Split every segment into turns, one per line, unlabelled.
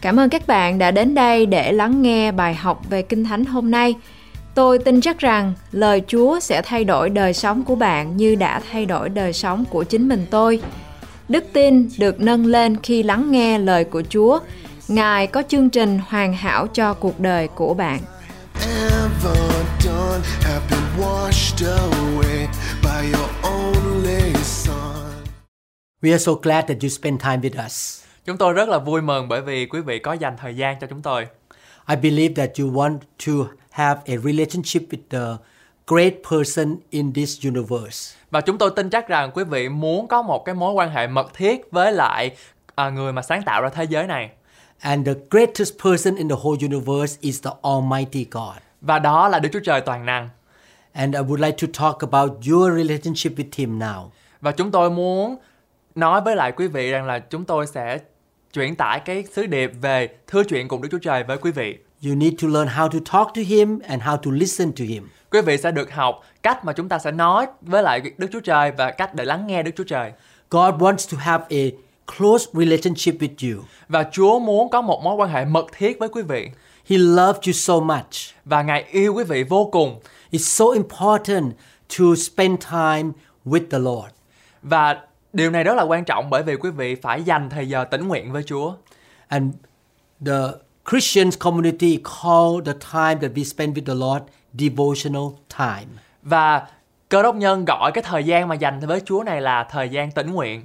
Cảm ơn các bạn đã đến đây để lắng nghe bài học về Kinh Thánh hôm nay. Tôi tin chắc rằng lời Chúa sẽ thay đổi đời sống của bạn như đã thay đổi đời sống của chính mình tôi. Đức tin được nâng lên khi lắng nghe lời của Chúa. Ngài có chương trình hoàn hảo cho cuộc đời của bạn.
ever done have been washed away by your only son.
We are so glad that you spend time with us.
Chúng tôi rất là vui mừng bởi vì quý vị có dành thời gian cho chúng tôi.
I believe that you want to have a relationship with the great person in this universe.
Và chúng tôi tin chắc rằng quý vị muốn có một cái mối quan hệ mật thiết với lại à, người mà sáng tạo ra thế giới này.
And the greatest person in the whole universe is the Almighty God.
Và đó là Đức Chúa Trời toàn năng.
And I would like to talk about your relationship with Him now.
Và chúng tôi muốn nói với lại quý vị rằng là chúng tôi sẽ chuyển tải cái sứ điệp về thư chuyện cùng Đức Chúa Trời với quý vị.
You need to learn how to talk to Him and how to listen to Him.
Quý vị sẽ được học cách mà chúng ta sẽ nói với lại Đức Chúa Trời và cách để lắng nghe Đức Chúa Trời.
God wants to have a close relationship with you.
Và Chúa muốn có một mối quan hệ mật thiết với quý vị.
He loved you so much.
Và Ngài yêu quý vị vô cùng.
It's so important to spend time with the Lord.
Và điều này rất là quan trọng bởi vì quý vị phải dành thời giờ tĩnh nguyện với Chúa.
And the Christian community call the time that we spend with the Lord devotional time.
Và cơ đốc nhân gọi cái thời gian mà dành với Chúa này là thời gian tĩnh nguyện.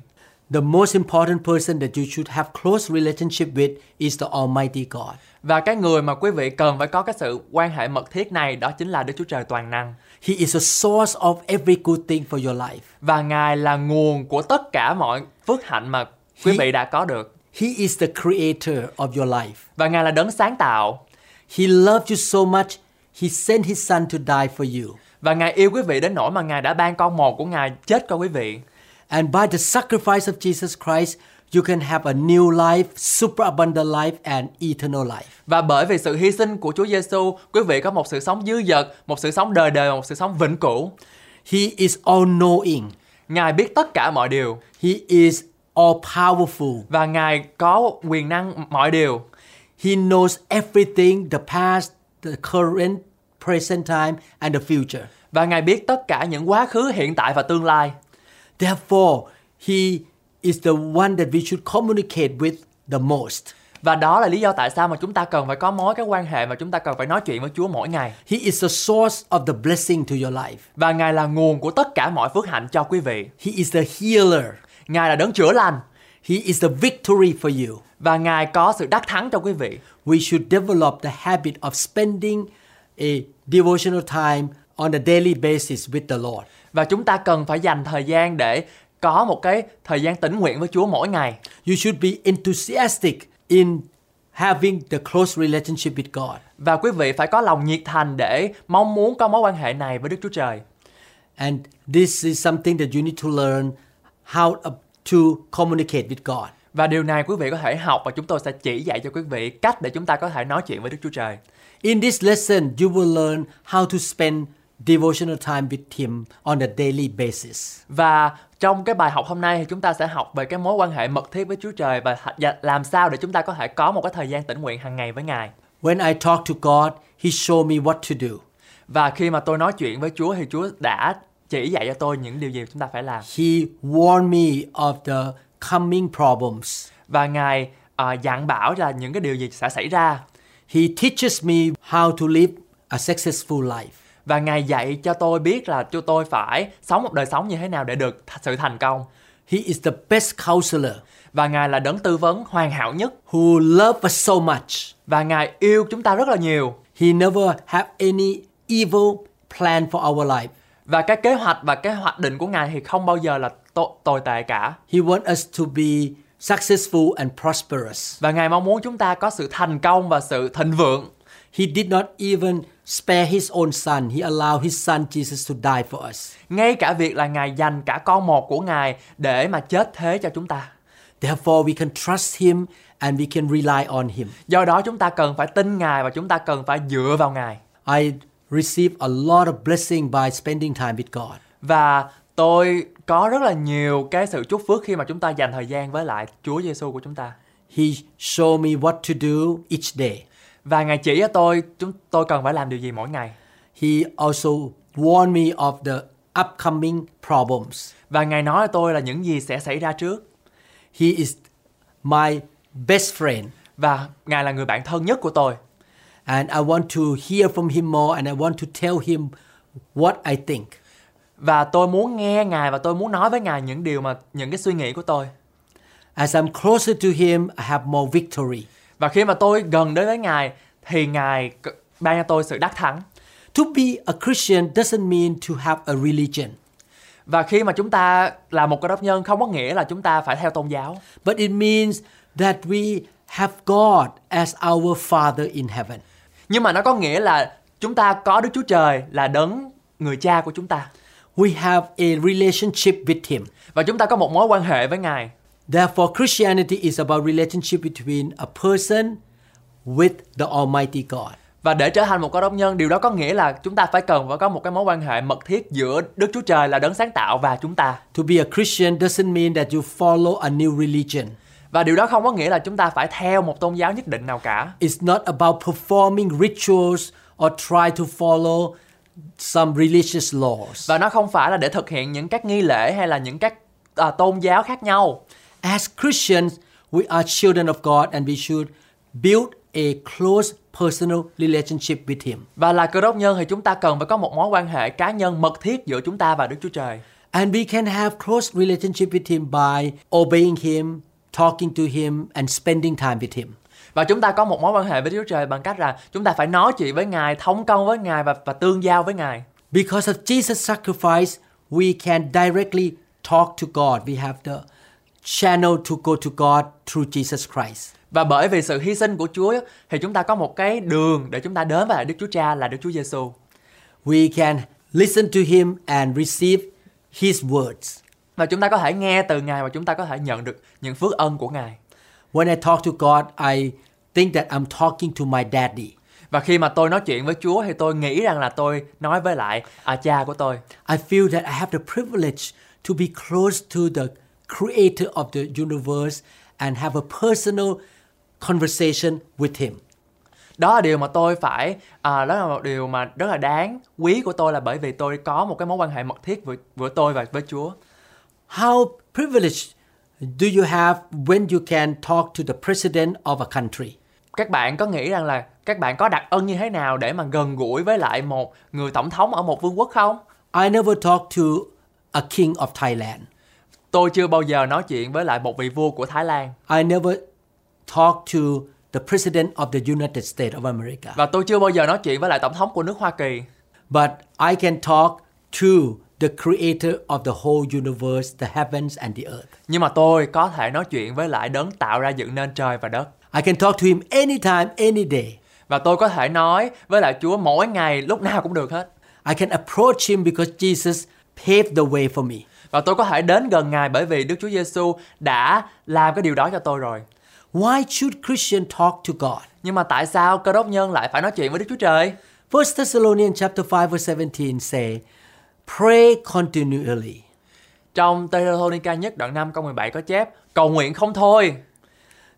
The most important person that you should have close relationship with is the Almighty God.
Và cái người mà quý vị cần phải có cái sự quan hệ mật thiết này đó chính là Đức Chúa Trời toàn năng.
He is a source of every good thing for your life.
Và Ngài là nguồn của tất cả mọi phước hạnh mà quý vị đã có được.
He is the creator of your life.
Và Ngài là đấng sáng tạo.
He loved you so much, he sent his son to die for you.
Và Ngài yêu quý vị đến nỗi mà Ngài đã ban con một của Ngài chết cho quý vị.
And by the sacrifice of Jesus Christ, you can have a new life, superabundant life, and eternal life.
Và bởi vì sự hy sinh của Chúa Giêsu, quý vị có một sự sống dư dật, một sự sống đời đời, một sự sống vĩnh cửu.
He is all knowing.
Ngài biết tất cả mọi điều
He is all powerful.
và Ngài có quyền năng mọi điều.
He knows everything the past, the current, present time, and the future.
Và Ngài biết tất cả những quá khứ, hiện tại và tương lai.
Therefore, He is the one that we should communicate with the most.
Và đó là lý do tại sao mà chúng ta cần phải có mối cái quan hệ mà chúng ta cần phải nói chuyện với Chúa mỗi ngày.
He is the source of the blessing to your life.
Và Ngài là nguồn của tất cả mọi phước hạnh cho quý vị.
He is the healer.
Ngài là đấng chữa lành
He is the victory for you.
và Ngài có sự đắc thắng cho quý vị.
We should develop the habit of spending a devotional time on a daily basis with the Lord.
Và chúng ta cần phải dành thời gian để có một cái thời gian tĩnh nguyện với Chúa mỗi ngày.
You should be enthusiastic in having the close relationship with God.
Và quý vị phải có lòng nhiệt thành để mong muốn có mối quan hệ này với Đức Chúa Trời.
And this is something that you need to learn how up- to communicate with God.
Và điều này quý vị có thể học và chúng tôi sẽ chỉ dạy cho quý vị cách để chúng ta có thể nói chuyện với Đức Chúa Trời.
In this lesson, you will learn how to spend devotional time with Him on a daily basis.
Và trong cái bài học hôm nay thì chúng ta sẽ học về cái mối quan hệ mật thiết với Chúa Trời và h- và làm sao để chúng ta có thể có một cái thời gian tĩnh nguyện hàng ngày với Ngài.
When I talk to God, He showed me what to do.
Và khi mà tôi nói chuyện với Chúa thì Chúa đã chỉ dạy cho tôi những điều gì chúng ta phải làm.
He warned me of the coming problems.
Và Ngài à, dặn bảo là những cái điều gì sẽ xảy ra.
He teaches me how to live a successful life.
Và Ngài dạy cho tôi biết là cho tôi phải sống một đời sống như thế nào để được th- sự thành công.
He is the best counselor
Và Ngài là đấng tư vấn hoàn hảo nhất.
who loves us so much.
Và Ngài yêu chúng ta rất là nhiều.
He never have any evil plan for our life.
Và cái kế hoạch và cái hoạch định của Ngài thì không bao giờ là to- tồi tệ cả.
He wants us to be successful and prosperous.
Và Ngài mong muốn chúng ta có sự thành công và sự thịnh vượng.
He did not even spare his own son. He allowed his son Jesus to die for us.
Ngay cả việc là Ngài dành cả con một của Ngài để mà chết thế cho chúng ta.
Therefore, we can trust him and we can rely on him.
Do đó chúng ta cần phải tin Ngài và chúng ta cần phải dựa vào Ngài.
I receive a lot of blessing by spending time with God.
Và tôi có rất là nhiều cái sự chúc phước khi mà chúng ta dành thời gian với lại Chúa Giêsu của chúng ta.
He showed me what to do each day.
Và Ngài chỉ cho tôi chúng tôi cần phải làm điều gì mỗi ngày.
He also warned me of the upcoming problems.
Và Ngài nói cho tôi là những gì sẽ xảy ra trước.
He is my best friend.
Và Ngài là người bạn thân nhất của tôi.
And I want to hear from him more and I want to tell him what I think.
Và tôi muốn nghe Ngài và tôi muốn nói với Ngài những điều mà những cái suy nghĩ của tôi.
As I'm closer to him, I have more victory.
Và khi mà tôi gần đến với Ngài thì Ngài c- ban cho tôi sự đắc thắng.
To be a Christian doesn't mean to have a religion,
Và khi mà chúng ta là một cơ đốc nhân không có nghĩa là chúng ta phải theo tôn giáo,
but it means that we have God as our Father in heaven.
nhưng mà nó có nghĩa là chúng ta có Đức Chúa Trời là đấng người cha của chúng ta
We have a relationship with him.
và chúng ta có một mối quan hệ với Ngài.
Therefore, Christianity is about relationship between a person with the Almighty God.
Và để trở thành một cơ đốc nhân, điều đó có nghĩa là chúng ta phải cần phải có một cái mối quan hệ mật thiết giữa Đức Chúa Trời là đấng sáng tạo và chúng ta.
To be a Christian doesn't mean that you follow a new religion.
Và điều đó không có nghĩa là chúng ta phải theo một tôn giáo nhất định nào cả.
It's not about performing rituals or try to follow some religious laws.
Và nó không phải là để thực hiện những các nghi lễ hay là những các à, tôn giáo khác nhau.
As Christians, we are children of God and we should build a close personal relationship with Him.
Và là cơ đốc nhân thì chúng ta cần phải có một mối quan hệ cá nhân mật thiết giữa chúng ta và Đức Chúa Trời.
And we can have close relationship with Him by obeying Him, talking to Him, and spending time with Him.
Và chúng ta có một mối quan hệ với Đức Chúa Trời bằng cách là chúng ta phải nói chuyện với Ngài, thông công với Ngài và và tương giao với Ngài.
Because of Jesus' sacrifice, we can directly talk to God. We have the channel to go to God through Jesus Christ.
Và bởi vì sự hy sinh của Chúa á, thì chúng ta có một cái đường để chúng ta đến với Đức Chúa Cha là Đức Chúa Giêsu.
We can listen to Him and receive His words.
Và chúng ta có thể nghe từ Ngài và chúng ta có thể nhận được những phước ân của Ngài.
When I talk to God, I think that I'm talking to my daddy.
Và khi mà tôi nói chuyện với Chúa thì tôi nghĩ rằng là tôi nói với lại à, cha của tôi.
I feel that I have the privilege to be close to the creator of the universe and have a personal conversation with him.
Đó là điều mà tôi phải à, đó là một điều mà rất là đáng quý của tôi là bởi vì tôi có một cái mối quan hệ mật thiết với với tôi và với Chúa.
How privileged do you have when you can talk to the president of a country?
các bạn có nghĩ rằng là các bạn có đặc ân như thế nào để mà gần gũi với lại một người tổng thống ở một vương quốc không?
I never talked to a king of Thailand.
Tôi chưa bao giờ nói chuyện với lại một vị vua của Thái Lan
I never talked to the president of the United States of America.
và tôi chưa bao giờ nói chuyện với lại tổng thống của nước Hoa Kỳ.
But I can talk to the creator of the whole universe, the heavens and the earth.
Nhưng mà tôi có thể nói chuyện với lại đấng tạo ra dựng nên trời và đất.
I can talk to him anytime, any day.
Và tôi có thể nói với lại Chúa mỗi ngày lúc nào cũng được hết.
I can approach him because Jesus paved the way for me.
Và tôi có thể đến gần Ngài bởi vì Đức Chúa Giêsu đã làm cái điều đó cho tôi rồi.
Why should Christian talk to God?
Nhưng mà tại sao cơ đốc nhân lại phải nói chuyện với Đức Chúa Trời?
1 Thessalonians chapter 5 verse 17 say, pray continually.
Trong Tê-thô-ni-ca nhất đoạn 5 câu 17 có chép Cầu nguyện không thôi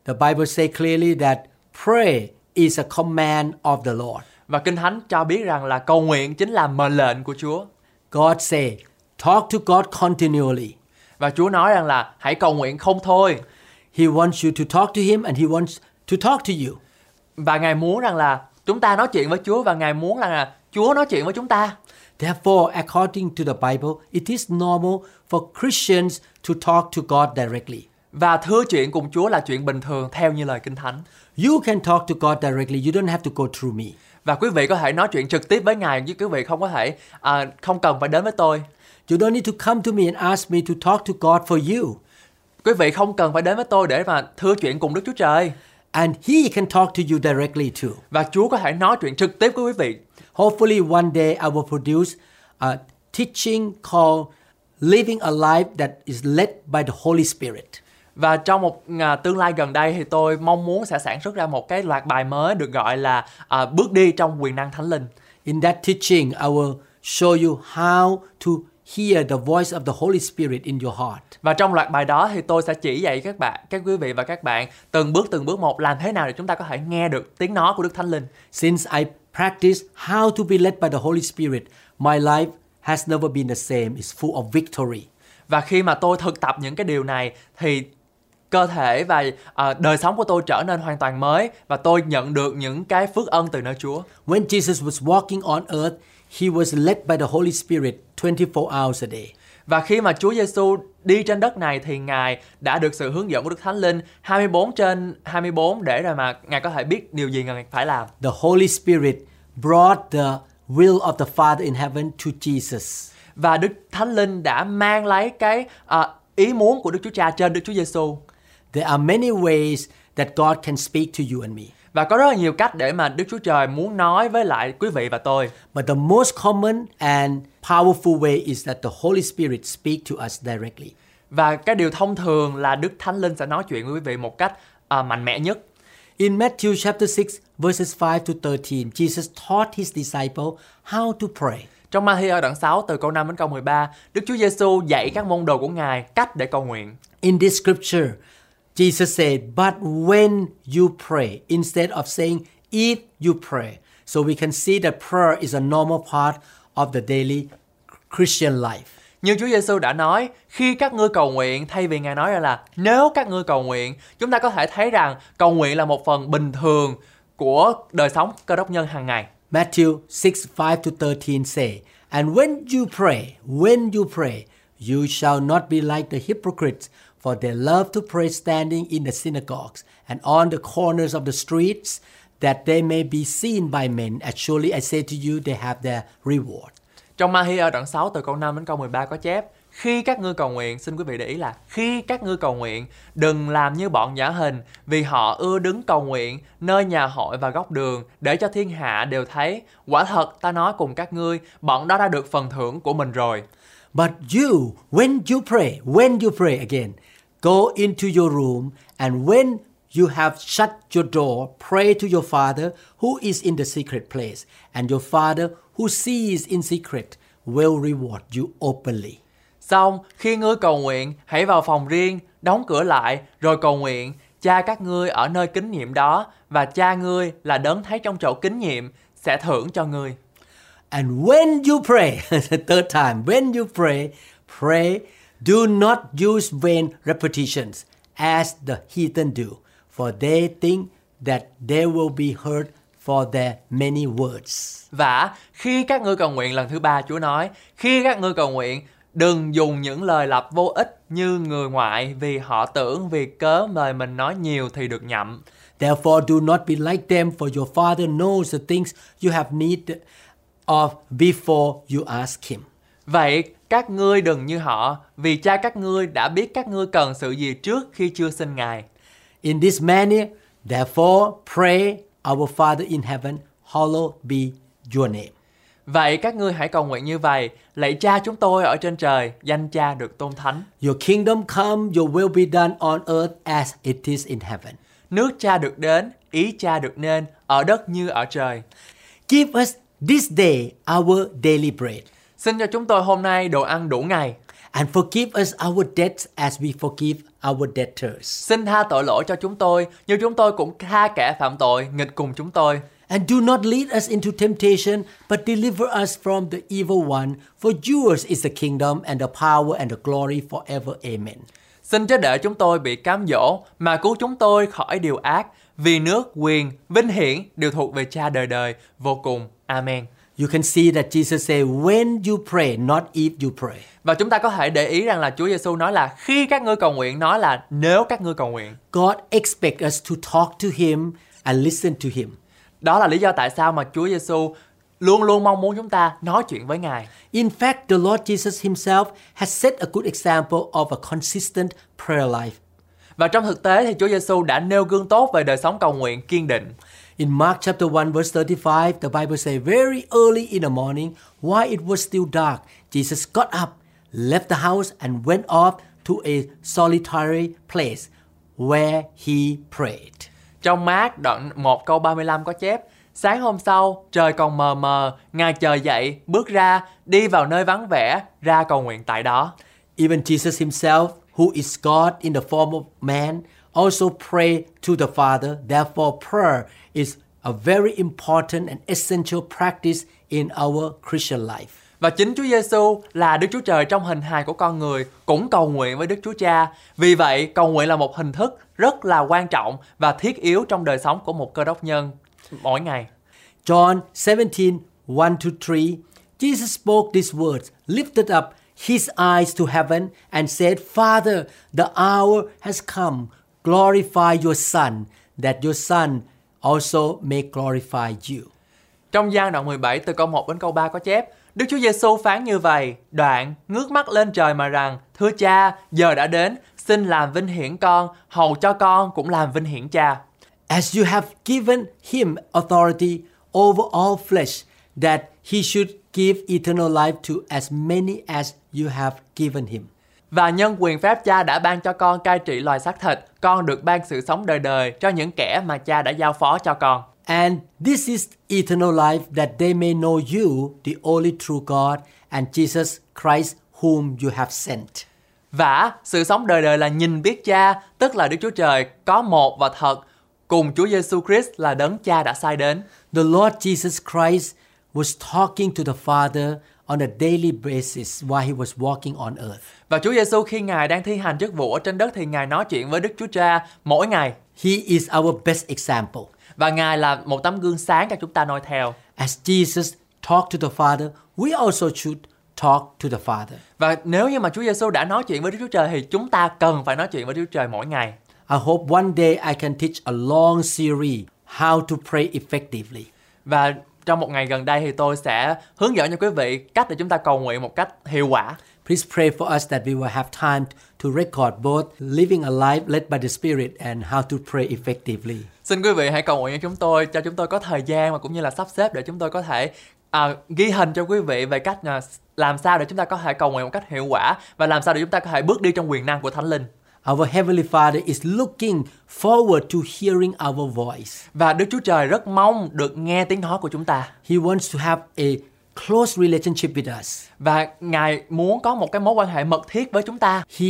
The Bible say clearly that prayer is a command of the Lord.
Và Kinh Thánh cho biết rằng là cầu nguyện chính là mệnh lệnh của Chúa
God say, talk to God continually.
Và Chúa nói rằng là hãy cầu nguyện không thôi
He wants you to talk to him and he wants to talk to you.
Và Ngài muốn rằng là chúng ta nói chuyện với Chúa Và Ngài muốn rằng là Chúa nói chuyện với chúng ta
Therefore, according to the Bible, it is normal for Christians to talk to God directly.
Và thưa chuyện cùng Chúa là chuyện bình thường theo như lời Kinh Thánh
You can talk to God directly. You don't have to go through me.
Và quý vị có thể nói chuyện trực tiếp với Ngài Chứ quý vị không có thể à, không cần phải đến với tôi
You don't need to come to me and ask me to talk to God for you.
Quý vị không cần phải đến với tôi để mà thưa chuyện cùng Đức Chúa Trời
And He can talk to you directly too.
Và Chúa có thể nói chuyện trực tiếp với quý vị
Hopefully, one day I will produce a teaching called Living a Life That is Led by the Holy Spirit.
Và trong một à, tương lai gần đây thì tôi mong muốn sẽ sản xuất ra một cái loạt bài mới được gọi là à, bước đi trong quyền năng thánh linh.
In that teaching, I will show you how to hear the voice of the Holy Spirit in your heart.
Và trong loạt bài đó thì tôi sẽ chỉ dạy các bạn, các quý vị và các bạn từng bước từng bước một làm thế nào để chúng ta có thể nghe được tiếng nói của Đức Thánh Linh.
Since I practice how to be led by the Holy Spirit, my life has never been the same. It's full of victory.
Và khi mà tôi thực tập những cái điều này thì cơ thể và à, đời sống của tôi trở nên hoàn toàn mới và tôi nhận được những cái phước ân từ nơi Chúa.
When Jesus was walking on earth, he was led by the Holy Spirit 24 hours a day.
Và khi mà Chúa Giêsu đi trên đất này thì Ngài đã được sự hướng dẫn của Đức Thánh Linh 24 trên 24 để rồi mà Ngài có thể biết điều gì Ngài phải làm.
The Holy Spirit brought the will of the Father in heaven to Jesus.
Và Đức Thánh Linh đã mang lấy cái à, ý muốn của Đức Chúa Cha trên Đức Chúa Giêsu.
There are many ways that God can speak to you and me.
Và có rất là nhiều cách để mà Đức Chúa Trời muốn nói với lại quý vị và tôi.
But the most common and powerful way is that the Holy Spirit speak to us directly.
Và cái điều thông thường là Đức Thánh Linh sẽ nói chuyện với quý vị một cách à, mạnh mẽ nhất.
In Matthew chapter 6 verses 5 to 13, Jesus taught his disciple how to pray.
Trong Matthew đoạn 6 từ câu 5 đến câu 13, Đức Chúa Giêsu dạy các môn đồ của Ngài cách để cầu nguyện.
In this scripture, Jesus said, But when you pray, instead of saying, if you pray. So we can see that prayer is a normal part of the daily Christian life.
Như Chúa Giêsu đã nói, khi các ngươi cầu nguyện, thay vì Ngài nói ra là nếu các ngươi cầu nguyện, chúng ta có thể thấy rằng cầu nguyện là một phần bình thường của đời sống cơ đốc nhân hàng ngày.
Matthew 6 5 to 13 say, And when you pray, when you pray, you shall not be like the hypocrites, for they love to pray standing in the synagogues and on the corners of the streets, that they may be seen by men. As surely I say to you, they have their reward.
Trong Mahia đoạn 6 từ câu 5 đến câu 13 có chép khi các ngươi cầu nguyện, xin quý vị để ý là khi các ngươi cầu nguyện, đừng làm như bọn giả hình, vì họ ưa đứng cầu nguyện nơi nhà hội và góc đường để cho thiên hạ đều thấy. Quả thật ta nói cùng các ngươi, bọn đó đã được phần thưởng của mình rồi.
But you, when you pray, when you pray again, go into your room, and when you have shut your door, pray to your Father who is in the secret place, and your Father who sees in secret will reward you openly.
Xong, khi ngươi cầu nguyện, hãy vào phòng riêng, đóng cửa lại, rồi cầu nguyện. Cha các ngươi ở nơi kính nhiệm đó, và cha ngươi là đấng thấy trong chỗ kính nhiệm, sẽ thưởng cho ngươi.
And when you pray, the third time, when you pray, pray, do not use vain repetitions as the heathen do, for they think that they will be heard for their many words.
Và khi các ngươi cầu nguyện lần thứ ba Chúa nói, khi các ngươi cầu nguyện, đừng dùng những lời lặp vô ích như người ngoại vì họ tưởng vì cớ lời mình nói nhiều thì được nhậm.
Therefore, do not be like them, for your Father knows the things you have need of before you ask Him.
Vậy các ngươi đừng như họ, vì cha các ngươi đã biết các ngươi cần sự gì trước khi chưa xin Ngài.
In this manner, therefore, pray, Our Father in heaven, hallowed be your name.
Vậy các ngươi hãy cầu nguyện như vậy, lạy cha chúng tôi ở trên trời, danh cha được tôn thánh.
Your kingdom come, your will be done on earth as it is in heaven.
Nước cha được đến, ý cha được nên, ở đất như ở trời.
Give us this day our daily bread,
Xin cho chúng tôi hôm nay đồ ăn đủ ngày.
and forgive us our debts as we forgive our debtors.
Xin tha tội lỗi cho chúng tôi, như chúng tôi cũng tha kẻ phạm tội, nghịch cùng chúng tôi.
And do not lead us into temptation, but deliver us from the evil one. For yours is the kingdom and the power and the glory forever. Amen.
Xin chớ để chúng tôi bị cám dỗ, mà cứu chúng tôi khỏi điều ác, vì nước, quyền, vinh hiển đều thuộc về cha đời đời, vô cùng. Amen.
You can see that Jesus said, when you pray, not if you pray.
Và chúng ta có thể để ý rằng là Chúa Giêsu nói là khi các ngươi cầu nguyện nói là nếu các ngươi cầu nguyện.
God expects us to talk to Him and listen to Him.
Đó là lý do tại sao mà Chúa Giêsu luôn luôn mong muốn chúng ta nói chuyện với Ngài.
In fact, the Lord Jesus Himself has set a good example of a consistent prayer life.
Và trong thực tế thì Chúa Giêsu đã nêu gương tốt về đời sống cầu nguyện kiên định.
In Mark chapter 1 verse 35, the Bible says, Very early in the morning, while it was still dark, Jesus got up, left the house, and went off to a solitary place where he prayed.
Trong Mát đoạn 1 câu 35 có chép Sáng hôm sau, trời còn mờ mờ, Ngài chờ dậy, bước ra, đi vào nơi vắng vẻ, ra cầu nguyện tại đó.
Even Jesus himself, who is God in the form of man, also prayed to the Father. Therefore, prayer is a very important and essential practice in our Christian life.
Và chính Chúa Giêsu là Đức Chúa Trời trong hình hài của con người cũng cầu nguyện với Đức Chúa Cha. Vì vậy, cầu nguyện là một hình thức rất là quan trọng và thiết yếu trong đời sống của một cơ đốc nhân mỗi ngày.
John 17, 1 to 3. Jesus spoke these words, lifted up his eyes to heaven, and said, Father, the hour has come. Glorify your Son, that your Son also may glorify you.
Trong gian đoạn 17 từ câu 1 đến câu 3 có chép Đức Chúa Giêsu phán như vậy, đoạn ngước mắt lên trời mà rằng: "Thưa Cha, giờ đã đến, xin làm vinh hiển con, hầu cho con cũng làm vinh hiển Cha."
As you have given him authority over all flesh, that he should give eternal life to as many as you have given him.
Và nhân quyền phép Cha đã ban cho con cai trị loài xác thịt, con được ban sự sống đời đời cho những kẻ mà Cha đã giao phó cho con.
And this is eternal life that they may know you, the only true God, and Jesus Christ, whom you have sent.
Vả, sự sống đời đời là nhìn biết Cha, tức là Đức Chúa Trời có một và thật, cùng Chúa Giêsu Christ là đấng Cha đã sai đến.
The Lord Jesus Christ was talking to the Father on a daily basis while he was walking on earth.
Và Chúa Giêsu khi Ngài đang thi hành chức vụ ở trên đất thì Ngài nói chuyện với Đức Chúa Cha mỗi ngày
He is our best example.
và Ngài là một tấm gương sáng cho chúng ta noi theo.
As Jesus talked to the Father, we also should talk to the Father.
Và nếu như mà Chúa Giêsu đã nói chuyện với Đức Chúa Trời thì chúng ta cần phải nói chuyện với Đức Chúa Trời mỗi ngày.
I hope one day I can teach a long series how to pray effectively.
Và trong một ngày gần đây thì tôi sẽ hướng dẫn cho quý vị cách để chúng ta cầu nguyện một cách hiệu quả.
Please pray for us that we will have time to record both living a life led by the Spirit and how to pray effectively.
Xin quý vị hãy cầu nguyện cho chúng tôi cho chúng tôi có thời gian và cũng như là sắp xếp để chúng tôi có thể à, ghi hình cho quý vị về cách à, làm sao để chúng ta có thể cầu nguyện một cách hiệu quả và làm sao để chúng ta có thể bước đi trong quyền năng của Thánh Linh.
Our Heavenly Father is looking forward to hearing our voice.
Và Đức Chúa Trời rất mong được nghe tiếng nói của chúng ta
He wants to have a close relationship with us.
và Ngài muốn có một cái mối quan hệ mật thiết với chúng ta.
He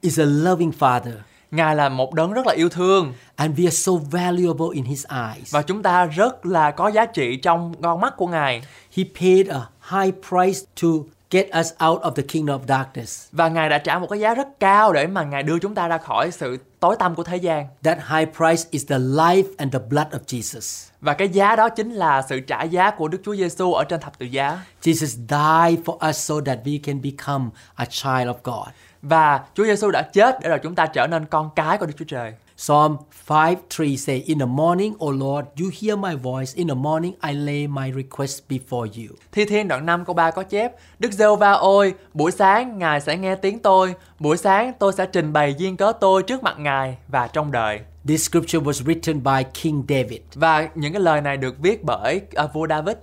is a loving Father,
Ngài là một đấng rất là yêu thương
and we are so valuable in His eyes.
và chúng ta rất là có giá trị trong con mắt của Ngài
He paid a high price to get us out of the kingdom of darkness.
và Ngài đã trả một cái giá rất cao để mà Ngài đưa chúng ta ra khỏi sự tối tăm của thế gian
That high price is the life and the blood of Jesus.
và cái giá đó chính là sự trả giá của Đức Chúa Giêsu ở trên thập tự giá
Jesus died for us so that we can become a child of God.
và Chúa Giêsu đã chết để rồi chúng ta trở nên con cái của Đức Chúa Trời
Psalm 5 3 say, In the morning, O Lord, you hear my voice. In the morning, I lay my request before you.
Thi Thiên đoạn 5 câu 3 có chép Đức giê va ôi, buổi sáng Ngài sẽ nghe tiếng tôi Buổi sáng tôi sẽ trình bày duyên cớ tôi trước mặt Ngài và trong đời
This scripture was written by King David.
Và những cái lời này được viết bởi à, vua David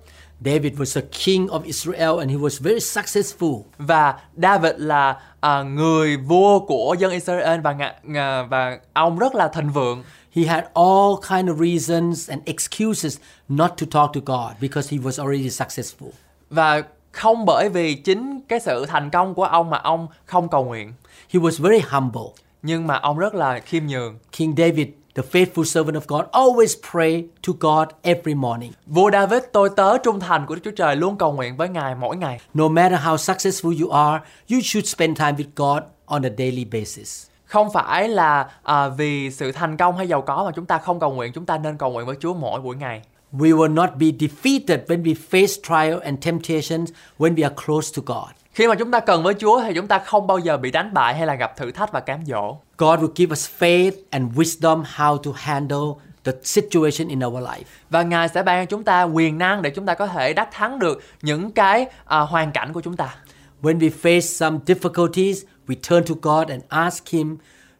David was a king of Israel and he was very successful.
Và David là à, người vua của dân Israel và, ngạ- ngà- và ông rất là thịnh vượng
He had all kind of reasons and excuses not to talk to God because he was already successful.
Và không bởi vì chính cái sự thành công của ông mà ông không cầu nguyện
He was very humble.
Nhưng mà ông rất là khiêm nhường
King David, the faithful servant of God, always prayed to God every morning.
Vua David tôi tớ trung thành của Đức Chúa Trời luôn cầu nguyện với Ngài mỗi ngày
No matter how successful you are, you should spend time with God on a daily basis.
không phải là à, vì sự thành công hay giàu có mà chúng ta không cầu nguyện chúng ta nên cầu nguyện với Chúa mỗi buổi ngày
We will not be defeated when we face trial and temptations when we are close to God.
khi mà chúng ta cần với Chúa thì chúng ta không bao giờ bị đánh bại hay là gặp thử thách và cám dỗ
God will give us faith and wisdom how to handle the situation in our life.
và Ngài sẽ ban cho chúng ta quyền năng để chúng ta có thể đắc thắng được những cái à, hoàn cảnh của chúng ta
When we face some difficulties, we turn to God and ask Him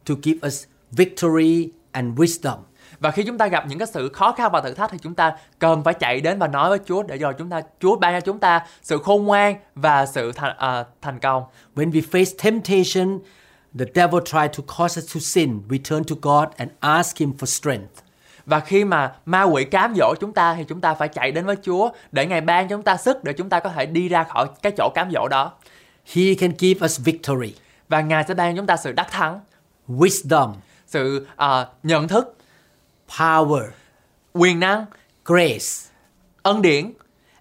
to give us victory and wisdom.
và khi chúng ta gặp những cái sự khó khăn và thử thách thì chúng ta cần phải chạy đến và nói với Chúa để rồi chúng ta Chúa ban cho chúng ta sự khôn ngoan và sự thành à, thành công
When we face temptation, the devil tries to cause us to sin. We turn to God and ask Him for strength.
Và khi mà ma quỷ cám dỗ chúng ta thì chúng ta phải chạy đến với Chúa để Ngài ban cho chúng ta sức để chúng ta có thể đi ra khỏi cái chỗ cám dỗ đó.
He can give us victory,
Và Ngài sẽ ban cho chúng ta sự đắc thắng,
wisdom,
sự à, nhận thức,
power,
quyền năng,
grace,
ân điển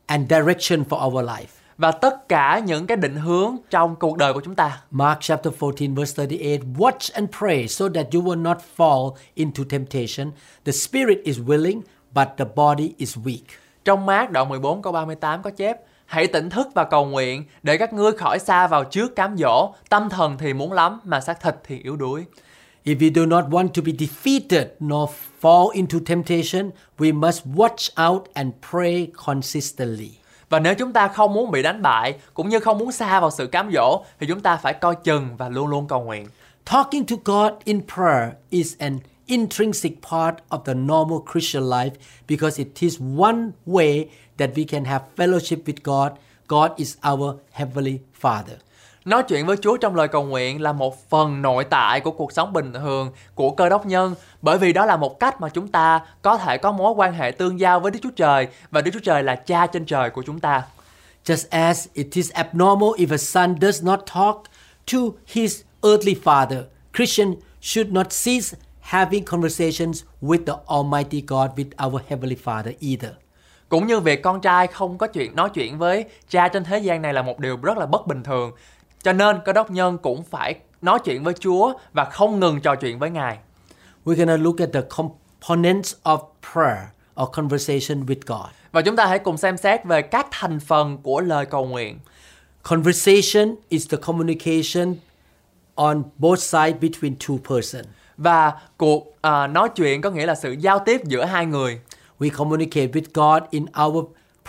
and direction for our life.
và tất cả những cái định hướng trong cuộc đời của chúng ta.
Mark chapter 14, verse 38 Watch and pray so that you will not fall into temptation. The spirit is willing, but the body is weak.
Trong mát đoạn 14 câu 38 có chép Hãy tỉnh thức và cầu nguyện để các ngươi khỏi xa vào trước cám dỗ, tâm thần thì muốn lắm mà xác thịt thì yếu đuối.
If we do not want to be defeated nor fall into temptation, we must watch out and pray consistently.
Và nếu chúng ta không muốn bị đánh bại cũng như không muốn xa vào sự cám dỗ thì chúng ta phải coi chừng và luôn luôn cầu nguyện.
Talking to God in prayer is an intrinsic part of the normal Christian life because it is one way that we can have fellowship with God. God is our Heavenly Father.
Nói chuyện với Chúa trong lời cầu nguyện là một phần nội tại của cuộc sống bình thường của cơ đốc nhân bởi vì đó là một cách mà chúng ta có thể có mối quan hệ tương giao với Đức Chúa Trời và Đức Chúa Trời là cha trên trời của chúng ta.
Just as it is abnormal if a son does not talk to his earthly father, Christian should not cease having conversations with the Almighty God, with our Heavenly Father either.
Cũng như việc con trai không có chuyện nói chuyện với cha trên thế gian này là một điều rất là bất bình thường. Cho nên cơ đốc nhân cũng phải nói chuyện với Chúa và không ngừng trò chuyện với Ngài.
We're going to look at the components of prayer or conversation with God.
Và chúng ta hãy cùng xem xét về các thành phần của lời cầu nguyện.
Conversation is the communication on both sides between two persons.
Và cuộc à, nói chuyện có nghĩa là sự giao tiếp giữa hai người.
We communicate with God in our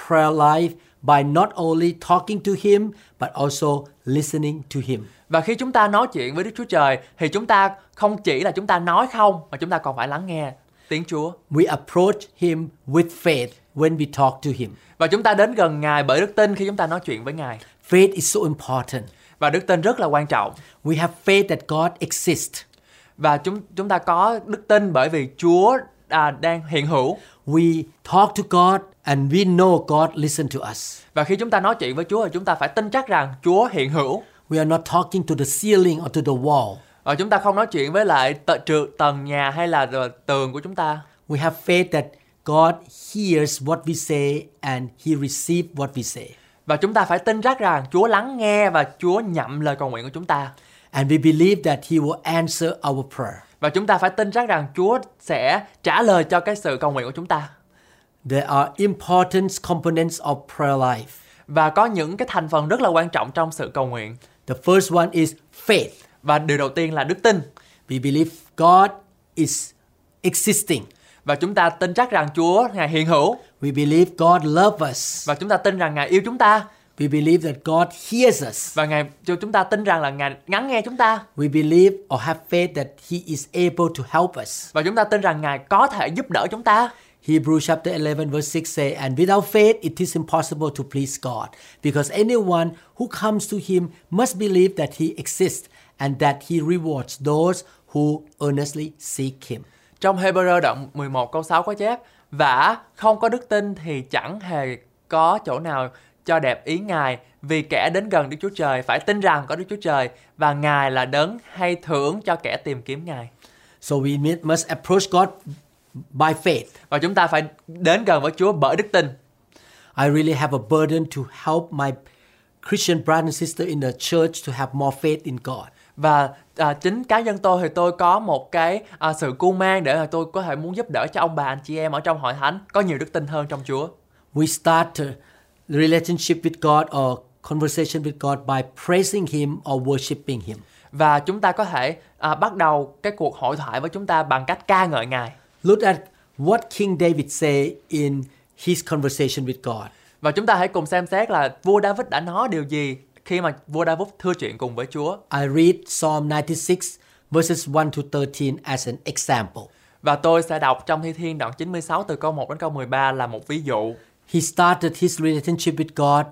prayer life by not only talking to Him, but also listening to Him.
Và khi chúng ta nói chuyện với Đức Chúa Trời thì chúng ta không chỉ là chúng ta nói không mà chúng ta còn phải lắng nghe tiếng Chúa.
We approach Him with faith when we talk to Him.
Và chúng ta đến gần Ngài bởi đức tin khi chúng ta nói chuyện với Ngài.
Faith is so important.
Và đức tin rất là quan trọng.
We have faith that God exists.
Và chúng chúng ta có đức tin bởi vì Chúa à, đang hiện hữu.
We talk to God and we know God listens to us.
Và khi chúng ta nói chuyện với Chúa thì chúng ta phải tin chắc rằng Chúa hiện hữu.
We are not talking to the ceiling or to the wall.
Và Ờ, chúng ta không nói chuyện với lại tờ, trừ, tầng nhà hay là ờ, tường của chúng ta.
We have faith that God hears what we say and He receives what we say.
Và chúng ta phải tin chắc rằng Chúa lắng nghe và Chúa nhậm lời cầu nguyện của chúng ta.
And we believe that He will answer our prayer.
Và chúng ta phải tin chắc rằng Chúa sẽ trả lời cho cái sự cầu nguyện của chúng ta.
There are important components of prayer life.
Và có những cái thành phần rất là quan trọng trong sự cầu nguyện.
The first one is faith.
Và điều đầu tiên là đức tin.
We believe God is existing.
Và chúng ta tin chắc rằng Chúa Ngài hiện hữu
We believe God loves us.
và chúng ta tin rằng Ngài yêu chúng ta
We believe that God hears us.
và Ngài cho chúng ta tin rằng là Ngài lắng nghe chúng ta
We believe or have faith that He is able to help us.
và chúng ta tin rằng Ngài có thể giúp đỡ chúng ta.
Hebrews chapter 11 verse 6 say, And without faith it is impossible to please God, because anyone who comes to Him must believe that He exists and that He rewards those who earnestly seek Him.
Trong Hebrew đoạn 11 câu 6 có chép Vả không có đức tin thì chẳng hề có chỗ nào cho đẹp ý Ngài Vì kẻ đến gần Đức Chúa Trời phải tin rằng có Đức Chúa Trời Và Ngài là đấng hay thưởng cho kẻ tìm kiếm Ngài
So we mi- must approach God by faith.
Và chúng ta phải đến gần với Chúa bởi đức tin
I really have a burden to help my Christian brother and sister in the church to have more faith in God.
và à, chính cá nhân tôi thì tôi có một cái à, sự cu mang để mà tôi có thể muốn giúp đỡ cho ông bà anh chị em ở trong hội thánh có nhiều đức tin hơn trong Chúa
We start a relationship with God or conversation with God by praising Him or worshiping Him.
và chúng ta có thể à, bắt đầu cái cuộc hội thoại với chúng ta bằng cách ca ngợi Ngài
Look at what King David say in his conversation with God.
Và chúng ta hãy cùng xem xét là vua David đã nói điều gì khi mà vua David thưa chuyện cùng với Chúa.
I read Psalm 96 verses 1 to 13 as an example.
Và tôi sẽ đọc trong Thi Thiên đoạn 96 từ câu 1 đến câu 13 là một ví dụ.
He started his relationship with God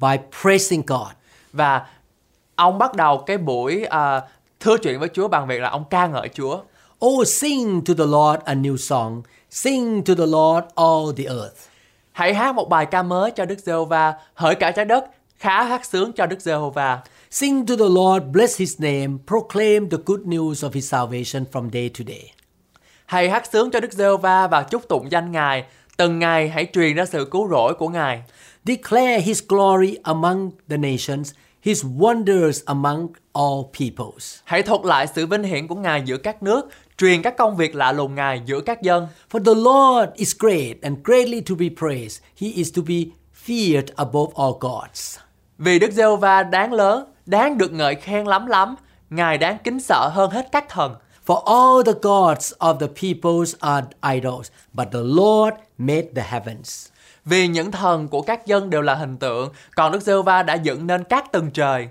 by praising God.
Và ông bắt đầu cái buổi à, thưa chuyện với Chúa bằng việc là ông ca ngợi Chúa.
Oh, sing to the Lord a new song. Sing to the Lord all the earth.
Hãy hát một bài ca mới cho Đức Giê-hô-va, hỡi cả trái đất, khá hát sướng cho Đức Giê-hô-va.
Sing to the Lord, bless his name, proclaim the good news of his salvation from day to day.
Hãy hát sướng cho Đức Giê-hô-va và chúc tụng danh Ngài. Từng ngày hãy truyền ra sự cứu rỗi của Ngài.
Declare his glory among the nations, his wonders among all peoples.
Hãy thuật lại sự vinh hiển của Ngài giữa các nước, truyền các công việc lạ lùng Ngài giữa các dân.
For the Lord is great and greatly to be praised. He is to be feared above all gods.
Vì Đức Giê-hô-va đáng lớn, đáng được ngợi khen lắm lắm, Ngài đáng kính sợ hơn hết các thần.
For all the gods of the peoples are idols, but the Lord made the heavens.
Vì những thần của các dân đều là hình tượng, còn Đức Giê-hô-va đã dựng nên các tầng trời.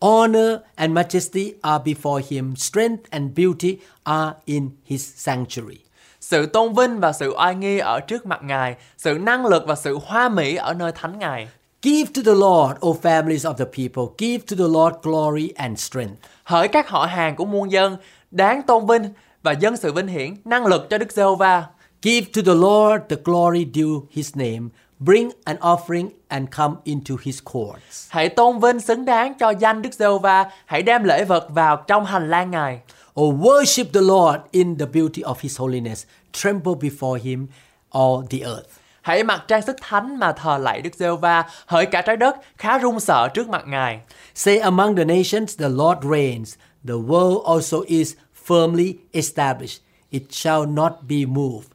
Honor and majesty are before him, strength and beauty are in his sanctuary.
Sự tôn vinh và sự oai nghi ở trước mặt Ngài, sự năng lực và sự hoa mỹ ở nơi thánh Ngài.
Give to the Lord, O families of the people, give to the Lord glory and strength.
Hỡi các họ hàng của muôn dân, đáng tôn vinh và dân sự vinh hiển, năng lực cho Đức Giê-hô-va.
Give to the Lord the glory due his name. Bring an offering and come into his courts.
Hãy tôn vinh xứng đáng cho danh Đức Giê-hô-va, hãy đem lễ vật vào trong hành lang Ngài.
O worship the Lord in the beauty of his holiness. Tremble before him, all the earth.
Hãy mặc trang sức thánh mà thờ lạy Đức Giê-hô-va, hỡi cả trái đất khá run sợ trước mặt Ngài.
Say among the nations, the Lord reigns. The world also is firmly established. It shall not be moved.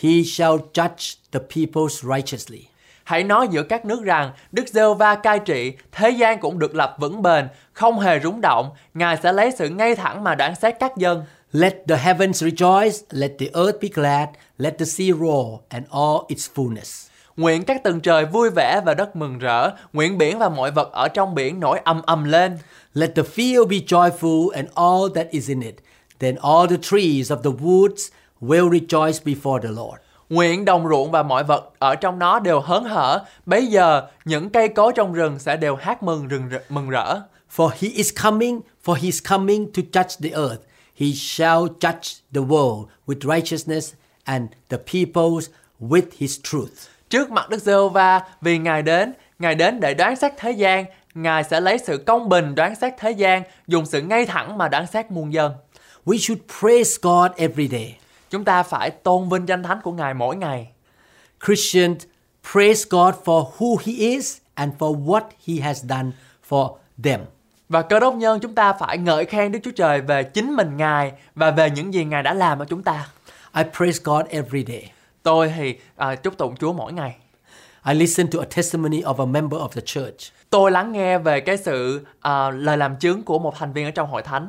He shall judge the peoples righteously.
Hãy nói giữa các nước rằng Đức Giê-hô-va cai trị, thế gian cũng được lập vững bền, không hề rúng động, Ngài sẽ lấy sự ngay thẳng mà đoán xét các dân.
Let the heavens rejoice, let the earth be glad, let the sea roar and all its fullness.
Nguyện các tầng trời vui vẻ và đất mừng rỡ, nguyện biển và mọi vật ở trong biển nổi ầm ầm lên.
Let the field be joyful and all that is in it. Then all the trees of the woods will rejoice before the Lord.
Nguyện đồng ruộng và mọi vật ở trong nó đều hớn hở, bấy giờ những cây cối trong rừng sẽ đều hát mừng rừng rỡ- mừng rỡ.
For he is coming, for he is coming to judge the earth. He shall judge the world with righteousness and the peoples with his truth.
Trước mặt Đức Giê-hô-va, vì Ngài đến, Ngài đến để đoán xét thế gian, Ngài sẽ lấy sự công bình đoán xét thế gian, dùng sự ngay thẳng mà đoán xét muôn dân.
We should praise God every day.
Chúng ta phải tôn vinh danh thánh của Ngài mỗi ngày.
Christians praise God for who he is and for what he has done for them.
Và cơ đốc nhân chúng ta phải ngợi khen Đức Chúa Trời về chính mình Ngài và về những gì Ngài đã làm ở chúng ta.
I praise God every day.
Tôi thì à, chúc tụng Chúa mỗi ngày.
I listen to a testimony of a member of the church.
Tôi lắng nghe về cái sự à, lời làm chứng của một thành viên ở trong hội thánh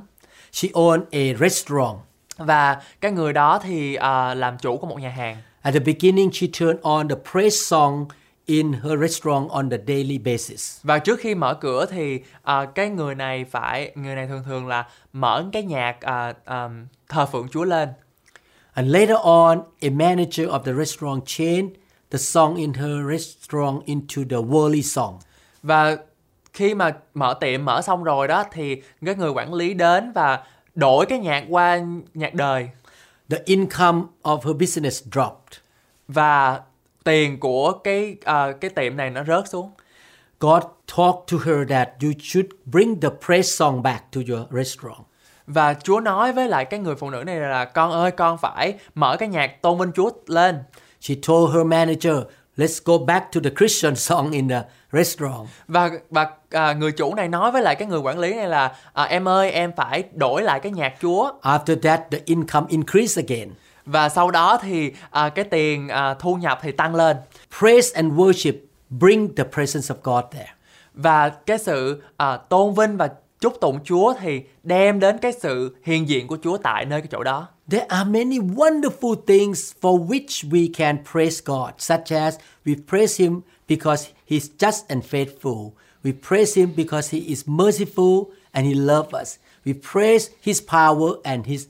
She owned a restaurant.
và cái người đó thì à, làm chủ của một nhà hàng.
At the beginning, she turned on the praise song in her restaurant on the daily basis.
Và trước khi mở cửa thì à, cái người này phải người này thường thường là mở cái nhạc à, à, thờ phượng Chúa lên.
And later on, a manager of the restaurant changed the song in her restaurant into the worldly song.
Và khi mà mở tiệm mở xong rồi đó thì cái người quản lý đến và đổi cái nhạc qua nhạc đời
The income of her business dropped.
và tiền của cái à, cái tiệm này nó rớt xuống.
God talked to her that you should bring the praise song back to your restaurant.
Và Chúa nói với lại cái người phụ nữ này là con ơi con phải mở cái nhạc tôn vinh Chúa lên.
She told her manager, let's go back to the Christian song in the restaurant.
Và và à, người chủ này nói với lại cái người quản lý này là à, em ơi em phải đổi lại cái nhạc Chúa.
After that, the income increased again.
Và sau đó thì à, cái tiền à, thu nhập thì tăng lên.
Praise and worship bring the presence of God there.
Và cái sự à, tôn vinh và chúc tụng Chúa thì đem đến cái sự hiện diện của Chúa tại nơi cái chỗ đó.
There are many wonderful things for which we can praise God, such as we praise Him because He's just and faithful. We praise Him because He is merciful and He loves us. We praise His power and His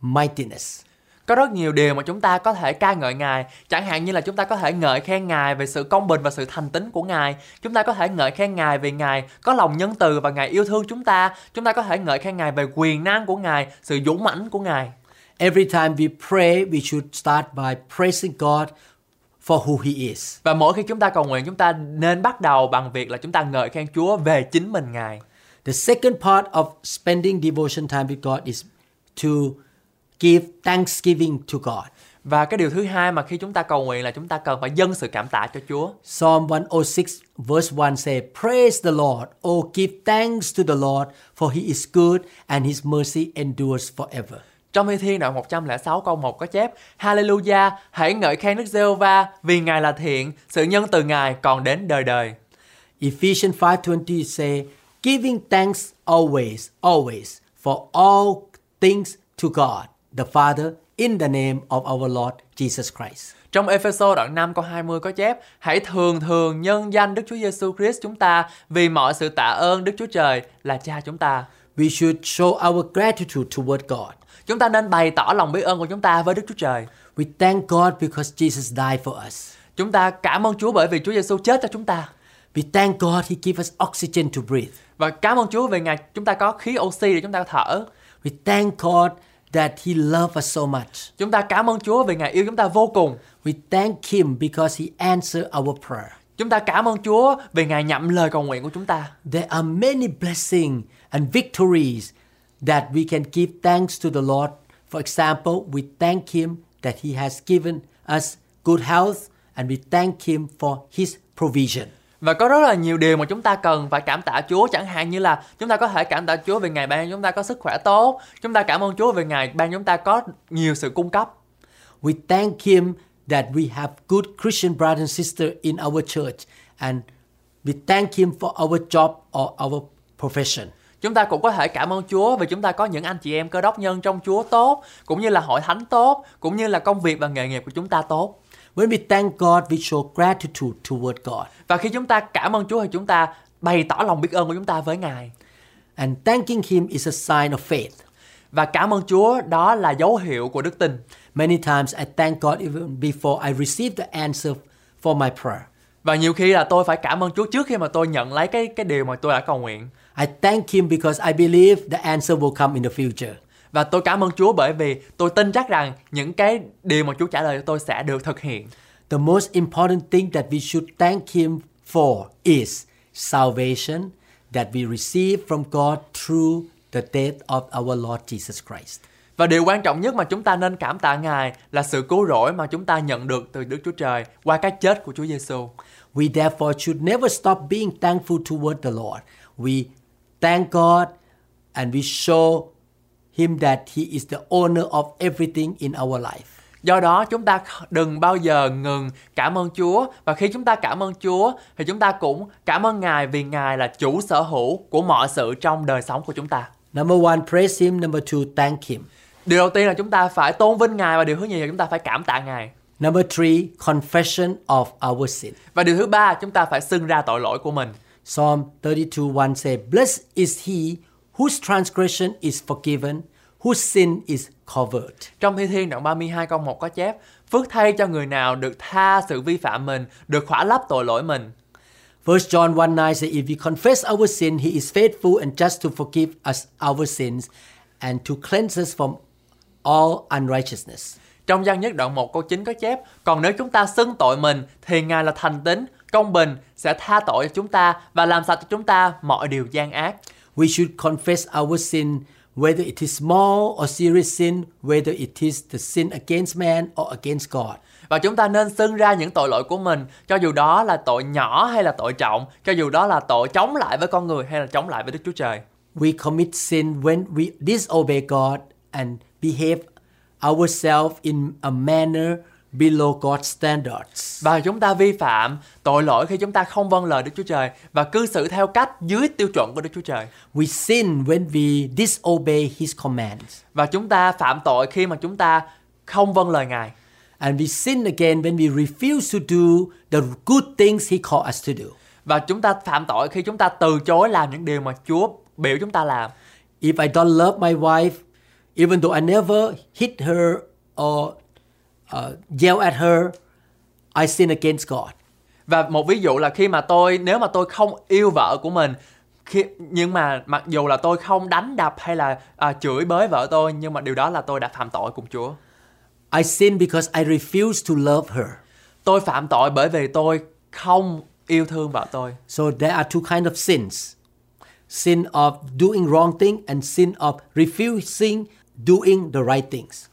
mightiness.
Có rất nhiều điều mà chúng ta có thể ca ngợi Ngài, chẳng hạn như là chúng ta có thể ngợi khen Ngài về sự công bình và sự thành tín của Ngài. Chúng ta có thể ngợi khen Ngài vì Ngài có lòng nhân từ và Ngài yêu thương chúng ta. Chúng ta có thể ngợi khen Ngài về quyền năng của Ngài, sự dũng mãnh của Ngài.
Every time we pray, we should start by praising God for who He is.
Và mỗi khi chúng ta cầu nguyện chúng ta nên bắt đầu bằng việc là chúng ta ngợi khen Chúa về chính mình Ngài.
The second part of spending devotion time with God is to give thanksgiving to God.
Và cái điều thứ hai mà khi chúng ta cầu nguyện là chúng ta cần phải dâng sự cảm tạ cho Chúa.
Psalm 106 verse 1 say, Praise the Lord, oh give thanks to the Lord, for he is good and his mercy endures forever.
Trong Thi Thiên đoạn 106 câu 1 có chép Hallelujah, hãy ngợi khen Đức giê va vì Ngài là thiện, sự nhân từ Ngài còn đến đời đời.
Ephesians 5:20 say, giving thanks always, always for all things to God the Father in the name of our Lord Jesus Christ.
Trong Ephesos đoạn 5 câu 20 có chép Hãy thường thường nhân danh Đức Chúa Giêsu Christ chúng ta vì mọi sự tạ ơn Đức Chúa Trời là cha chúng ta.
We should show our gratitude toward God.
Chúng ta nên bày tỏ lòng biết ơn của chúng ta với Đức Chúa Trời.
We thank God because Jesus died for us.
Chúng ta cảm ơn Chúa bởi vì Chúa Giêsu chết cho chúng ta.
We thank God he gave us oxygen to breathe.
Và cảm ơn Chúa vì Ngài chúng ta có khí oxy để chúng ta thở.
We thank God that he loved us so much.
Chúng ta cảm ơn Chúa vì Ngài yêu chúng ta vô cùng.
We thank him because he answered our prayer.
Chúng ta cảm ơn Chúa vì Ngài nhậm lời cầu nguyện của chúng ta.
There are many blessings and victories that we can give thanks to the Lord. For example, we thank Him that He has given us good health and we thank Him for His provision.
Và có rất là nhiều điều mà chúng ta cần phải cảm tạ Chúa Chẳng hạn như là chúng ta có thể cảm tạ Chúa vì Ngài ban cho chúng ta có sức khỏe tốt Chúng ta cảm ơn Chúa vì Ngài ban cho chúng ta có nhiều sự cung cấp
We thank Him that we have good Christian brothers and sisters in our church and we thank Him for our job or our profession.
Chúng ta cũng có thể cảm ơn Chúa vì chúng ta có những anh chị em cơ đốc nhân trong Chúa tốt Cũng như là hội thánh tốt Cũng như là công việc và nghề nghiệp của chúng ta tốt
When we thank God, we show gratitude toward God.
Và khi chúng ta cảm ơn Chúa thì chúng ta bày tỏ lòng biết ơn của chúng ta với Ngài
And thanking Him is a sign of faith.
Và cảm ơn Chúa đó là dấu hiệu của đức tin
Many times I thank God even before I receive the answer for my prayer.
Và nhiều khi là tôi phải cảm ơn Chúa trước khi mà tôi nhận lấy cái cái điều mà tôi đã cầu nguyện
I thank Him because I believe the answer will come in the future.
Và tôi cảm ơn Chúa bởi vì tôi tin chắc rằng những cái điều mà Chúa trả lời cho tôi sẽ được thực hiện.
The most important thing that we should thank Him for is salvation that we receive from God through the death of our Lord Jesus Christ.
Và điều quan trọng nhất mà chúng ta nên cảm tạ Ngài là sự cứu rỗi mà chúng ta nhận được từ Đức Chúa Trời qua cái chết của Chúa Giêsu.
We therefore should never stop being thankful toward the Lord. We thank God and we show Him that He is the owner of everything in our life.
Do đó chúng ta kh- đừng bao giờ ngừng cảm ơn Chúa và khi chúng ta cảm ơn Chúa thì chúng ta cũng cảm ơn Ngài vì Ngài là chủ sở hữu của mọi sự trong đời sống của chúng ta.
Number one, praise Him. Number two, thank Him.
Điều đầu tiên là chúng ta phải tôn vinh Ngài và điều thứ nhì là chúng ta phải cảm tạ Ngài.
Number three, confession of our sin.
Và điều thứ ba chúng ta phải xưng ra tội lỗi của mình.
Psalm 32 1 says, Blessed is he whose transgression is forgiven, whose sin is covered.
Trong Thi Thiên đoạn 32 câu 1 có chép Phước thay cho người nào được tha sự vi phạm mình, được khỏa lấp tội lỗi mình.
1 John 1 9 says, If we confess our sin, he is faithful and just to forgive us our sins and to cleanse us from all unrighteousness.
Trong gian nhất đoạn 1 câu 9 có chép Còn nếu chúng ta xưng tội mình thì Ngài là thành tín, công bình, sẽ tha tội cho chúng ta và làm sạch cho chúng ta mọi điều gian ác.
We should confess our sin, whether it is small or serious sin, whether it is the sin against man or against God.
Và chúng ta nên xưng ra những tội lỗi của mình cho dù đó là tội nhỏ hay là tội trọng, cho dù đó là tội chống lại với con người hay là chống lại với Đức Chúa Trời.
We commit sin when we disobey God and behave ourselves in a manner below God's standards.
Và chúng ta vi phạm tội lỗi khi chúng ta không vâng lời Đức Chúa Trời và cư xử theo cách dưới tiêu chuẩn của Đức Chúa Trời.
We sin when we disobey His commands.
Và chúng ta phạm tội khi mà chúng ta không vâng lời Ngài.
And we sin again when we refuse to do the good things He called us to do.
Và chúng ta phạm tội khi chúng ta từ chối làm những điều mà Chúa biểu chúng ta làm.
If I don't love my wife, even though I never hit her or uh, yell at her, I sin against God.
Và một ví dụ là khi mà tôi nếu mà tôi không yêu vợ của mình khi nhưng mà mặc dù là tôi không đánh đập hay là à, chửi bới vợ tôi nhưng mà điều đó là tôi đã phạm tội cùng Chúa.
I sin because I refuse to love her.
Tôi phạm tội bởi vì tôi không yêu thương vợ tôi.
So there are two kind of sins. Sin of doing wrong thing and sin of refusing doing the right things.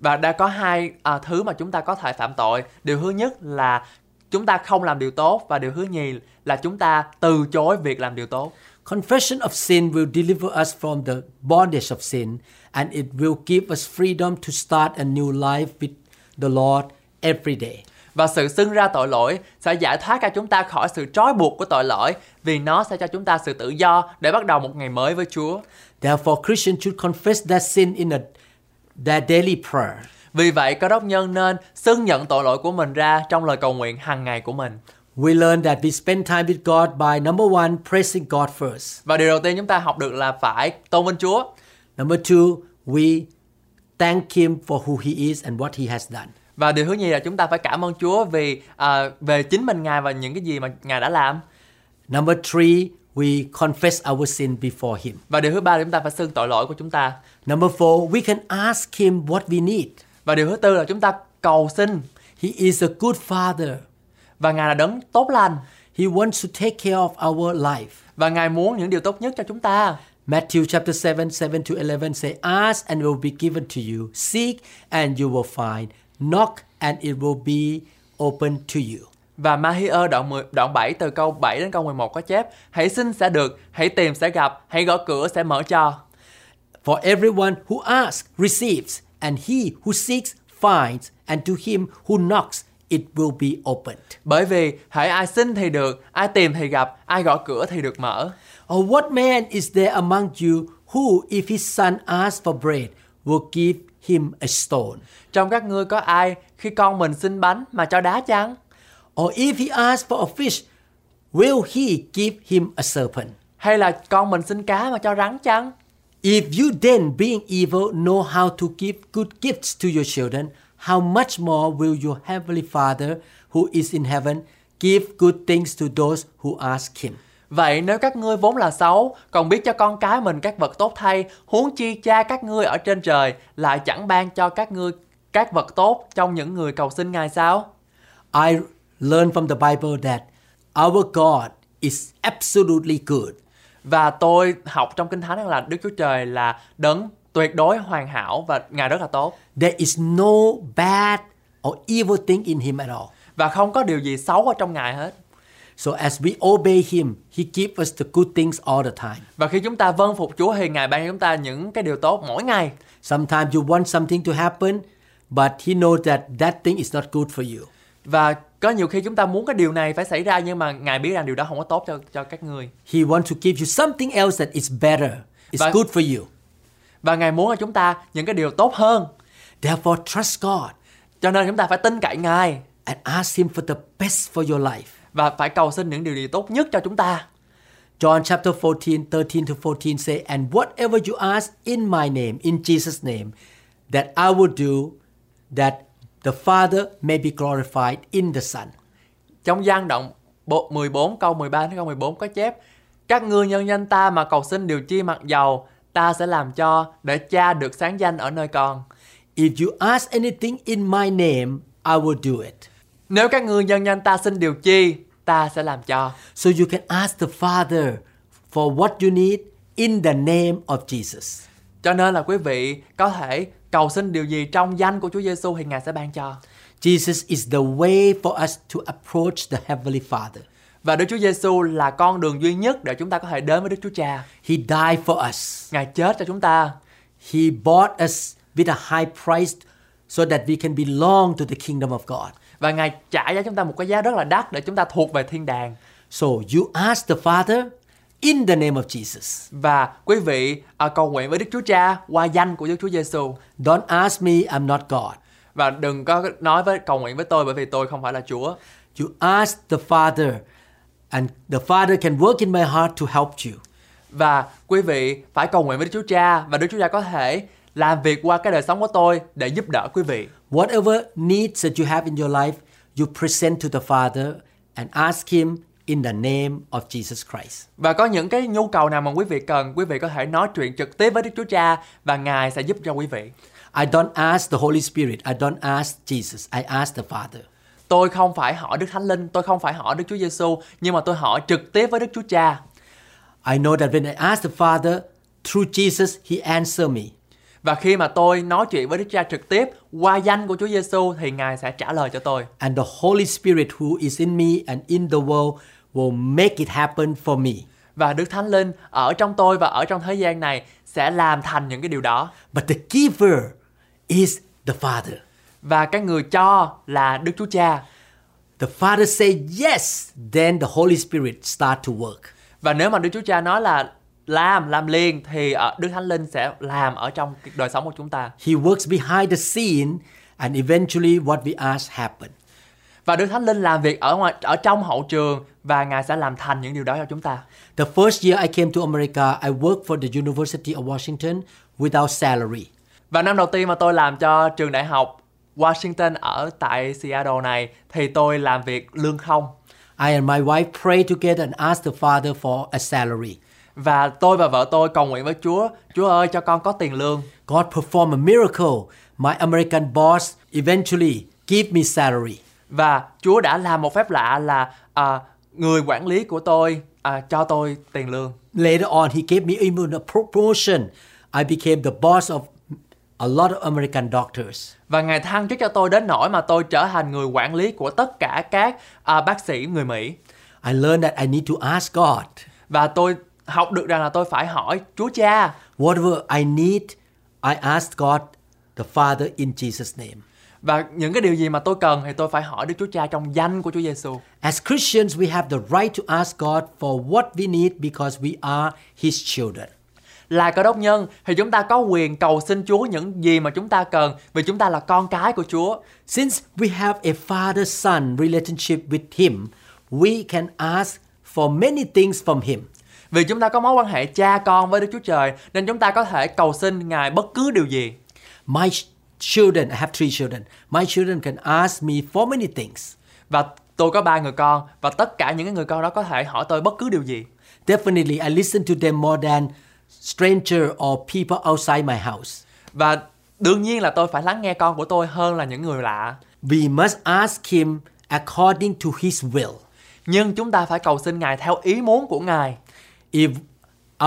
Và đã có hai à, thứ mà chúng ta có thể phạm tội. Điều thứ nhất là chúng ta không làm điều tốt và điều thứ nhì là chúng ta từ chối việc làm điều tốt.
Confession of sin will deliver us from the bondage of sin and it will give us freedom to start a new life with the Lord every day.
Và sự xưng ra tội lỗi sẽ giải thoát cho chúng ta khỏi sự trói buộc của tội lỗi vì nó sẽ cho chúng ta sự tự do để bắt đầu một ngày mới với Chúa.
Therefore, Christians should confess their sin in a, their daily prayer.
Vì vậy, cơ đốc nhân nên xưng nhận tội lỗi của mình ra trong lời cầu nguyện hàng ngày của mình.
We learn that we spend time with God by number one, praising God first.
Và điều đầu tiên chúng ta học được là phải tôn vinh Chúa.
Number two, we thank Him for who He is and what He has done.
Và điều thứ nhì là chúng ta phải cảm ơn Chúa vì à, về chính mình Ngài và những cái gì mà Ngài đã làm.
Number three, we confess our sin before Him.
Và điều thứ ba là chúng ta phải xưng tội lỗi của chúng ta.
Number four, we can ask Him what we need.
Và điều thứ tư là chúng ta cầu xin
He is a good Father.
và Ngài là đấng tốt lành
He wants to take care of our life.
và Ngài muốn những điều tốt nhất cho chúng ta.
Matthew chapter 7, 7 to 11 say, Ask and it will be given to you. Seek and you will find. Knock and it will be open to you.
Và Mahir đoạn 10, đoạn 7 từ câu 7 đến câu 11 có chép: Hãy xin sẽ được, hãy tìm sẽ gặp, hãy gõ cửa sẽ mở cho.
For everyone who asks receives, and he who seeks finds, and to him who knocks it will be opened.
Bởi vì hãy ai xin thì được, ai tìm thì gặp, ai gõ cửa thì được mở.
Or what man is there among you who, if his son asks for bread, will give him a stone?
Trong các ngươi có ai khi con mình xin bánh mà cho đá chăng?
Or if he asks for a fish, will he give him a serpent?
Hay là con mình xin cá mà cho rắn chăng?
If you then, being evil, know how to give good gifts to your children, how much more will your heavenly Father, who is in heaven, give good things to those who ask him?
Vậy nếu các ngươi vốn là xấu, còn biết cho con cái mình các vật tốt thay, huống chi cha các ngươi ở trên trời lại chẳng ban cho các ngươi các vật tốt trong những người cầu xin Ngài sao?
I learned from the Bible that our God is absolutely good.
Và tôi học trong Kinh Thánh rằng là Đức Chúa Trời là đấng tuyệt đối hoàn hảo và Ngài rất là tốt.
There is no bad or evil thing in him at all.
Và không có điều gì xấu ở trong Ngài hết.
So as we obey him, he gives us the good things all the time.
Và khi chúng ta vâng phục Chúa thì Ngài ban cho chúng ta những cái điều tốt mỗi ngày.
Sometimes you want something to happen, but he knows that that thing is not good for you.
Và có nhiều khi chúng ta muốn cái điều này phải xảy ra nhưng mà Ngài biết rằng điều đó không có tốt cho cho các ngươi.
He wants to give you something else that is better. It's
But-
good for you.
Và Ngài muốn cho chúng ta những cái điều tốt hơn.
Therefore, trust God
Cho nên chúng ta phải tin cậy Ngài
and ask him for the best for your life.
và phải cầu xin những điều gì tốt nhất cho chúng ta.
John chapter 14, 13 to 14 say, And whatever you ask in my name, in Jesus' name, that I will do, that the Father may be glorified in the Son.
Trong gian động bộ- 14 câu 13 đến câu 14 có chép Các ngươi nhân danh ta mà cầu xin điều chi mặc dầu ta sẽ làm cho để cha được sáng danh ở nơi con.
If you ask anything in my name, I will do it.
Nếu các ngươi nhân danh ta xin điều chi ta sẽ làm cho.
So you can ask the Father for what you need in the name of Jesus.
Cho nên là quý vị có thể cầu xin điều gì trong danh của Chúa Giêsu thì Ngài sẽ ban cho.
Jesus is the way for us to approach the Heavenly Father.
Và Đức Chúa Giêsu là con đường duy nhất để chúng ta có thể đến với Đức Chúa Cha.
He died for us.
Ngài chết cho chúng ta
He bought us with a high price so that we can belong to the kingdom of God.
và Ngài trả cho chúng ta một cái giá rất là đắt để chúng ta thuộc về thiên đàng.
So you ask the Father in the name of Jesus.
Và quý vị à, cầu nguyện với Đức Chúa Cha qua danh của Đức Chúa Giêsu
Don't ask me, I'm not God.
và đừng có nói với cầu nguyện với tôi bởi vì tôi không phải là Chúa.
You ask the Father, and the Father can work in my heart to help you.
Và quý vị phải cầu nguyện với Đức Chúa Cha và Đức Chúa Cha có thể làm việc qua cái đời sống của tôi để giúp đỡ quý vị.
Whatever needs that you have in your life, you present to the Father and ask Him in the name of Jesus Christ.
Và có những cái nhu cầu nào mà quý vị cần, quý vị có thể nói chuyện trực tiếp với Đức Chúa Cha và Ngài sẽ giúp cho quý vị.
I don't ask the Holy Spirit, I don't ask Jesus, I ask the Father.
Tôi không phải hỏi Đức Thánh Linh, tôi không phải hỏi Đức Chúa Giêsu, nhưng mà tôi hỏi trực tiếp với Đức Chúa Cha.
I know that when I ask the Father through Jesus, he answer me.
Và khi mà tôi nói chuyện với Đức Cha trực tiếp qua danh của Chúa Giêsu thì Ngài sẽ trả lời cho tôi.
And the Holy Spirit who is in me and in the world will make it happen for me.
Và Đức Thánh Linh ở trong tôi và ở trong thế gian này sẽ làm thành những cái điều đó.
But the giver is the Father.
Và cái người cho là Đức Chúa Cha.
The Father say yes, then the Holy Spirit start to work.
Và nếu mà Đức Chúa Cha nói là làm, làm liền thì ờ, Đức Thánh Linh sẽ làm ở trong cái đời sống của chúng ta.
He works behind the scene and eventually what we ask happen.
Và Đức Thánh Linh làm việc ở ngoài ở trong hậu trường và Ngài sẽ làm thành những điều đó cho chúng ta.
The first year I came to America, I worked for the University of Washington without salary.
Và năm đầu tiên mà tôi làm cho trường đại học Washington ở tại Seattle này thì tôi làm việc lương không.
I and my wife prayed together and asked the Father for a salary.
Và tôi và vợ tôi cầu nguyện với Chúa, Chúa ơi cho con có tiền lương.
God performed a miracle. My American boss eventually gave me salary.
Và Chúa đã làm một phép lạ là à, người quản lý của tôi à, cho tôi tiền lương.
Later on, he gave me even a promotion. I became the boss of a lot of American doctors.
Và Ngài thăng chức cho tôi đến nỗi mà tôi trở thành người quản lý của tất cả các à, bác sĩ người Mỹ.
I learned that I need to ask God.
Và tôi học được rằng là tôi phải hỏi Chúa Cha
Whatever I need, I ask God, the Father, in Jesus' name.
và những cái điều gì mà tôi cần thì tôi phải hỏi Đức Chúa Cha trong danh của Chúa Giêsu.
As Christians, we have the right to ask God for what we need because we are His children.
Là cơ đốc nhân thì chúng ta có quyền cầu xin Chúa những gì mà chúng ta cần vì chúng ta là con cái của Chúa.
Since we have a father son relationship with Him, we can ask for many things from Him.
Vì chúng ta có mối quan hệ cha con với Đức Chúa Trời nên chúng ta có thể cầu xin Ngài bất cứ điều gì.
My ch- children, I have three children, my children can ask me for many things.
Và tôi có ba người con và tất cả những cái người con đó có thể hỏi tôi bất cứ điều gì.
Definitely, I listen to them more than stranger or people outside my house.
Và đương nhiên là tôi phải lắng nghe con của tôi hơn là những người lạ.
We must ask Him according to His will.
Nhưng chúng ta phải cầu xin Ngài theo ý muốn của Ngài.
If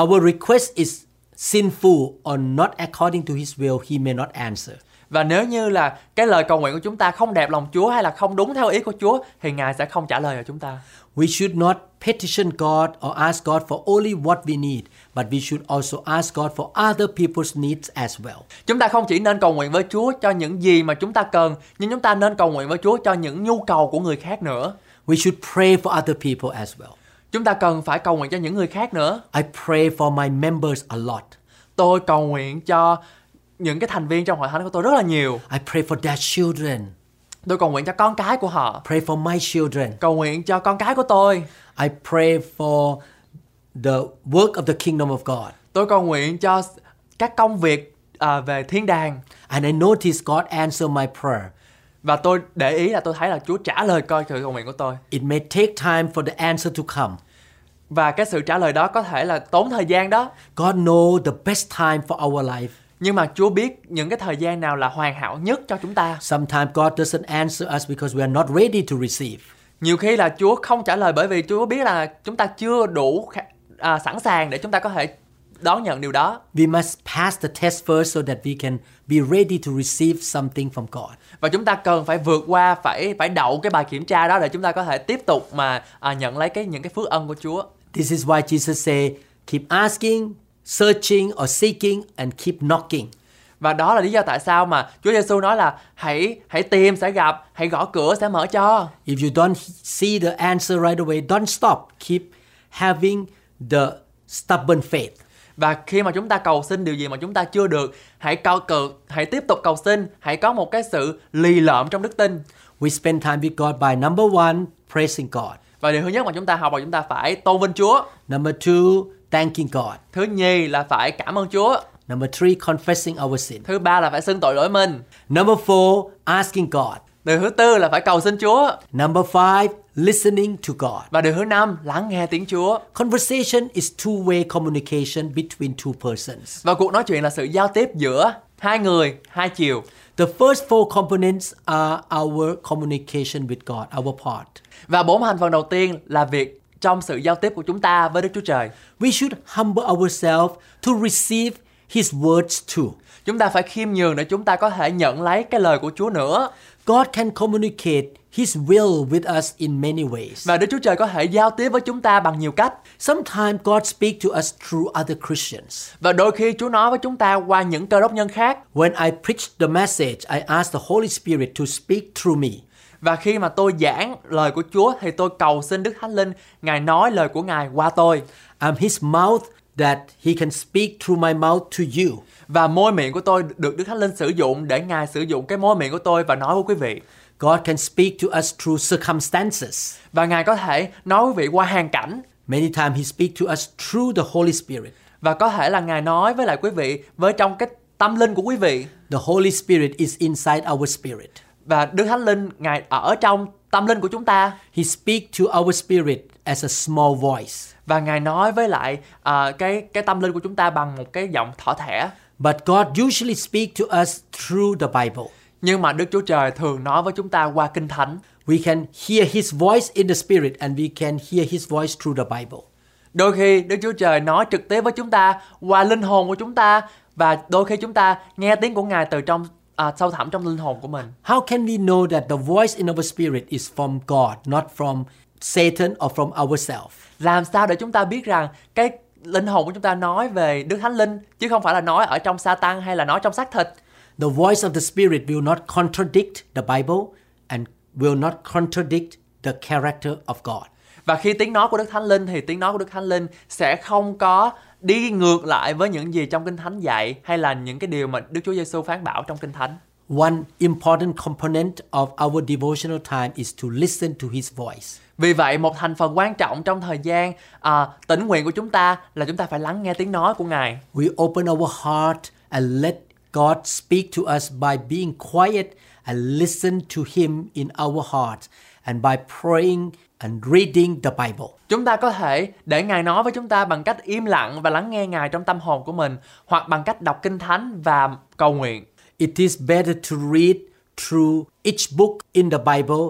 our request is sinful or not according to His will, He may not answer.
Và nếu như là cái lời cầu nguyện của chúng ta không đẹp lòng Chúa hay là không đúng theo ý của Chúa thì Ngài sẽ không trả lời cho chúng ta.
We should not petition God or ask God for only what we need, but we should also ask God for other people's needs as well.
Chúng ta không chỉ nên cầu nguyện với Chúa cho những gì mà chúng ta cần, nhưng chúng ta nên cầu nguyện với Chúa cho những nhu cầu của người khác nữa.
We should pray for other people as well.
Chúng ta cần phải cầu nguyện cho những người khác nữa.
I pray for my members a lot.
Tôi cầu nguyện cho những cái thành viên trong hội thánh của tôi rất là nhiều.
I pray for their children.
Tôi cầu nguyện cho con cái của họ,
Pray for my children.
cầu nguyện cho con cái của tôi.
I pray for the work of the kingdom of God.
Tôi cầu nguyện cho các công việc à, về thiên đàng
And I notice God answer my prayer.
và tôi để ý là tôi thấy là Chúa trả lời coi sự cầu nguyện của tôi.
It may take time for the answer to come.
Và cái sự trả lời đó có thể là tốn thời gian đó,
God know the best time for our life.
nhưng mà Chúa biết những cái thời gian nào là hoàn hảo nhất cho chúng ta.
Sometimes God doesn't answer us because we are not ready to receive.
Nhiều khi là Chúa không trả lời bởi vì Chúa biết là chúng ta chưa đủ khả- à, sẵn sàng để chúng ta có thể đón nhận điều đó.
We must pass the test first so that we can be ready to receive something from God.
Và chúng ta cần phải vượt qua phải phải đậu cái bài kiểm tra đó để chúng ta có thể tiếp tục mà à, nhận lấy cái những cái phước ân của Chúa.
This is why Jesus say, keep asking, searching or seeking and keep knocking.
Và đó là lý do tại sao mà Chúa Giêsu nói là hãy hãy tìm sẽ gặp, hãy gõ cửa sẽ mở cho.
If you don't see the answer right away, don't stop. Keep having the stubborn faith.
Và khi mà chúng ta cầu xin điều gì mà chúng ta chưa được, hãy cầu cự, hãy tiếp tục cầu xin, hãy có một cái sự lì lợm trong đức tin.
We spend time with God by number 1, praising God.
Và điều thứ nhất mà chúng ta học là chúng ta phải tôn vinh Chúa.
Number 2, thanking God.
Thứ nhì là phải cảm ơn Chúa.
Number 3, confessing our sin.
Thứ ba là phải xưng tội lỗi mình.
Number 4, asking God.
Điều thứ tư là phải cầu xin Chúa.
Number five, listening to God.
Và điều thứ năm, lắng nghe tiếng Chúa.
Conversation is two way communication between two persons.
Và cuộc nói chuyện là sự giao tiếp giữa hai người, hai chiều.
The first four components are our communication with God, our part.
Và bốn hành phần đầu tiên là việc trong sự giao tiếp của chúng ta với Đức Chúa Trời.
We should humble ourselves to receive His words too.
Chúng ta phải khiêm nhường để chúng ta có thể nhận lấy cái lời của Chúa nữa.
God can communicate His will with us in many ways.
Và Đức Chúa Trời có thể giao tiếp với chúng ta bằng nhiều cách.
Sometimes God speaks to us through other Christians.
Và đôi khi Chúa nói với chúng ta qua những cơ đốc nhân khác.
When I preached the message, I asked the Holy Spirit to speak through me.
Và khi mà tôi giảng lời của Chúa thì tôi cầu xin Đức Thánh Linh Ngài nói lời của Ngài qua tôi.
I'm His mouth that He can speak through my mouth to you.
Và môi miệng của tôi được Đức Thánh Linh sử dụng để Ngài sử dụng cái môi miệng của tôi và nói với quý vị.
God can speak to us through circumstances.
Và Ngài có thể nói với quý vị qua hàng cảnh
Many times He speaks to us through the Holy Spirit.
và có thể là Ngài nói với lại quý vị với trong cái tâm linh của quý vị
The Holy Spirit is inside our spirit.
và Đức Thánh Linh Ngài ở trong tâm linh của chúng ta
He speaks to our spirit as a small voice.
và Ngài nói với lại à, cái cái tâm linh của chúng ta bằng một cái giọng thỏ thẻ.
But God usually speaks to us through the Bible.
Nhưng mà Đức Chúa Trời thường nói với chúng ta qua Kinh Thánh.
We can hear His voice in the Spirit and we can hear His voice through the Bible.
Đôi khi Đức Chúa Trời nói trực tiếp với chúng ta qua linh hồn của chúng ta và đôi khi chúng ta nghe tiếng của Ngài từ trong à, sâu thẳm trong linh hồn của mình.
How can we know that the voice in our spirit is from God, not from Satan or from ourselves?
Làm sao để chúng ta biết rằng cái linh hồn của chúng ta nói về Đức Thánh Linh chứ không phải là nói ở trong sa tăng hay là nói trong xác thịt.
The voice of the Spirit will not contradict the Bible and will not contradict the character of God.
Và khi tiếng nói của Đức Thánh Linh thì tiếng nói của Đức Thánh Linh sẽ không có đi ngược lại với những gì trong Kinh Thánh dạy hay là những cái điều mà Đức Chúa Giêsu phán bảo trong Kinh Thánh.
One important component of our devotional time is to listen to His voice.
Vì vậy, một thành phần quan trọng trong thời gian à, tĩnh nguyện của chúng ta là chúng ta phải lắng nghe tiếng nói của Ngài.
We open our heart and let God speak to us by being quiet and listen to Him in our heart and by praying and reading the Bible.
Chúng ta có thể để Ngài nói với chúng ta bằng cách im lặng và lắng nghe Ngài trong tâm hồn của mình hoặc bằng cách đọc Kinh Thánh và cầu nguyện.
It is better to read through each book in the Bible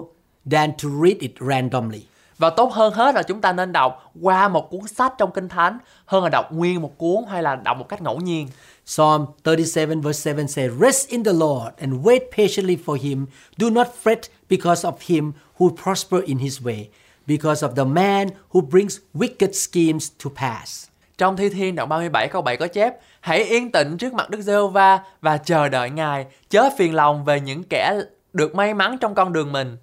than to read it randomly.
Và tốt hơn hết là chúng ta nên đọc qua một cuốn sách trong Kinh Thánh hơn là đọc nguyên một cuốn hay là đọc một cách ngẫu nhiên.
Psalm 37 verse 7 says, Rest in the Lord and wait patiently for him. Do not fret because of him who prosper in his way, because of the man who brings wicked schemes to pass.
Trong Thi Thiên đoạn 37 câu 7 có chép Hãy yên tĩnh trước mặt Đức Giê-hô-va và chờ đợi Ngài, chớ phiền lòng về những kẻ được may mắn trong con đường mình.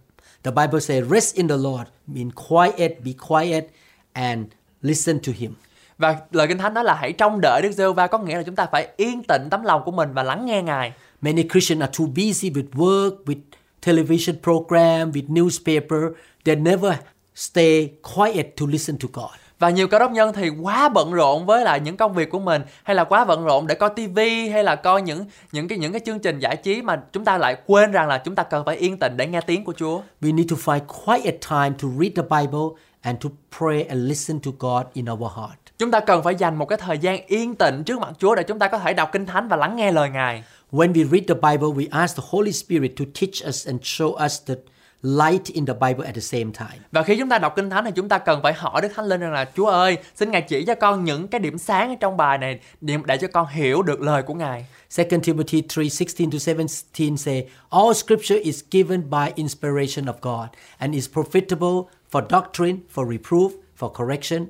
The Bible says, Rest in the Lord, mean quiet, be quiet, and listen to him.
Và lời Kinh Thánh nói là hãy trông đợi Đức Giê-hô-va có nghĩa là chúng ta phải yên tĩnh tấm lòng của mình và lắng nghe Ngài.
Many Christians are too busy with work, with television program, with newspaper. They never stay quiet to listen to God.
Và nhiều cơ đốc nhân thì quá bận rộn với lại những công việc của mình hay là quá bận rộn để coi tivi hay là coi những những cái những cái chương trình giải trí mà chúng ta lại quên rằng là chúng ta cần phải yên tĩnh để nghe tiếng của Chúa.
We need to find quiet time to read the Bible and to pray and listen to God in our heart.
Chúng ta cần phải dành một cái thời gian yên tĩnh trước mặt Chúa để chúng ta có thể đọc Kinh Thánh và lắng nghe lời Ngài.
When we read the Bible, we ask the Holy Spirit to teach us and show us the light in the Bible at the same time.
Và khi chúng ta đọc Kinh Thánh thì chúng ta cần phải hỏi Đức Thánh Linh rằng là Chúa ơi, xin Ngài chỉ cho con những cái điểm sáng ở trong bài này điểm để cho con hiểu được lời của Ngài.
2 Timothy 3 16 to 17 say, All scripture is given by inspiration of God and is profitable for doctrine, for reproof, for correction,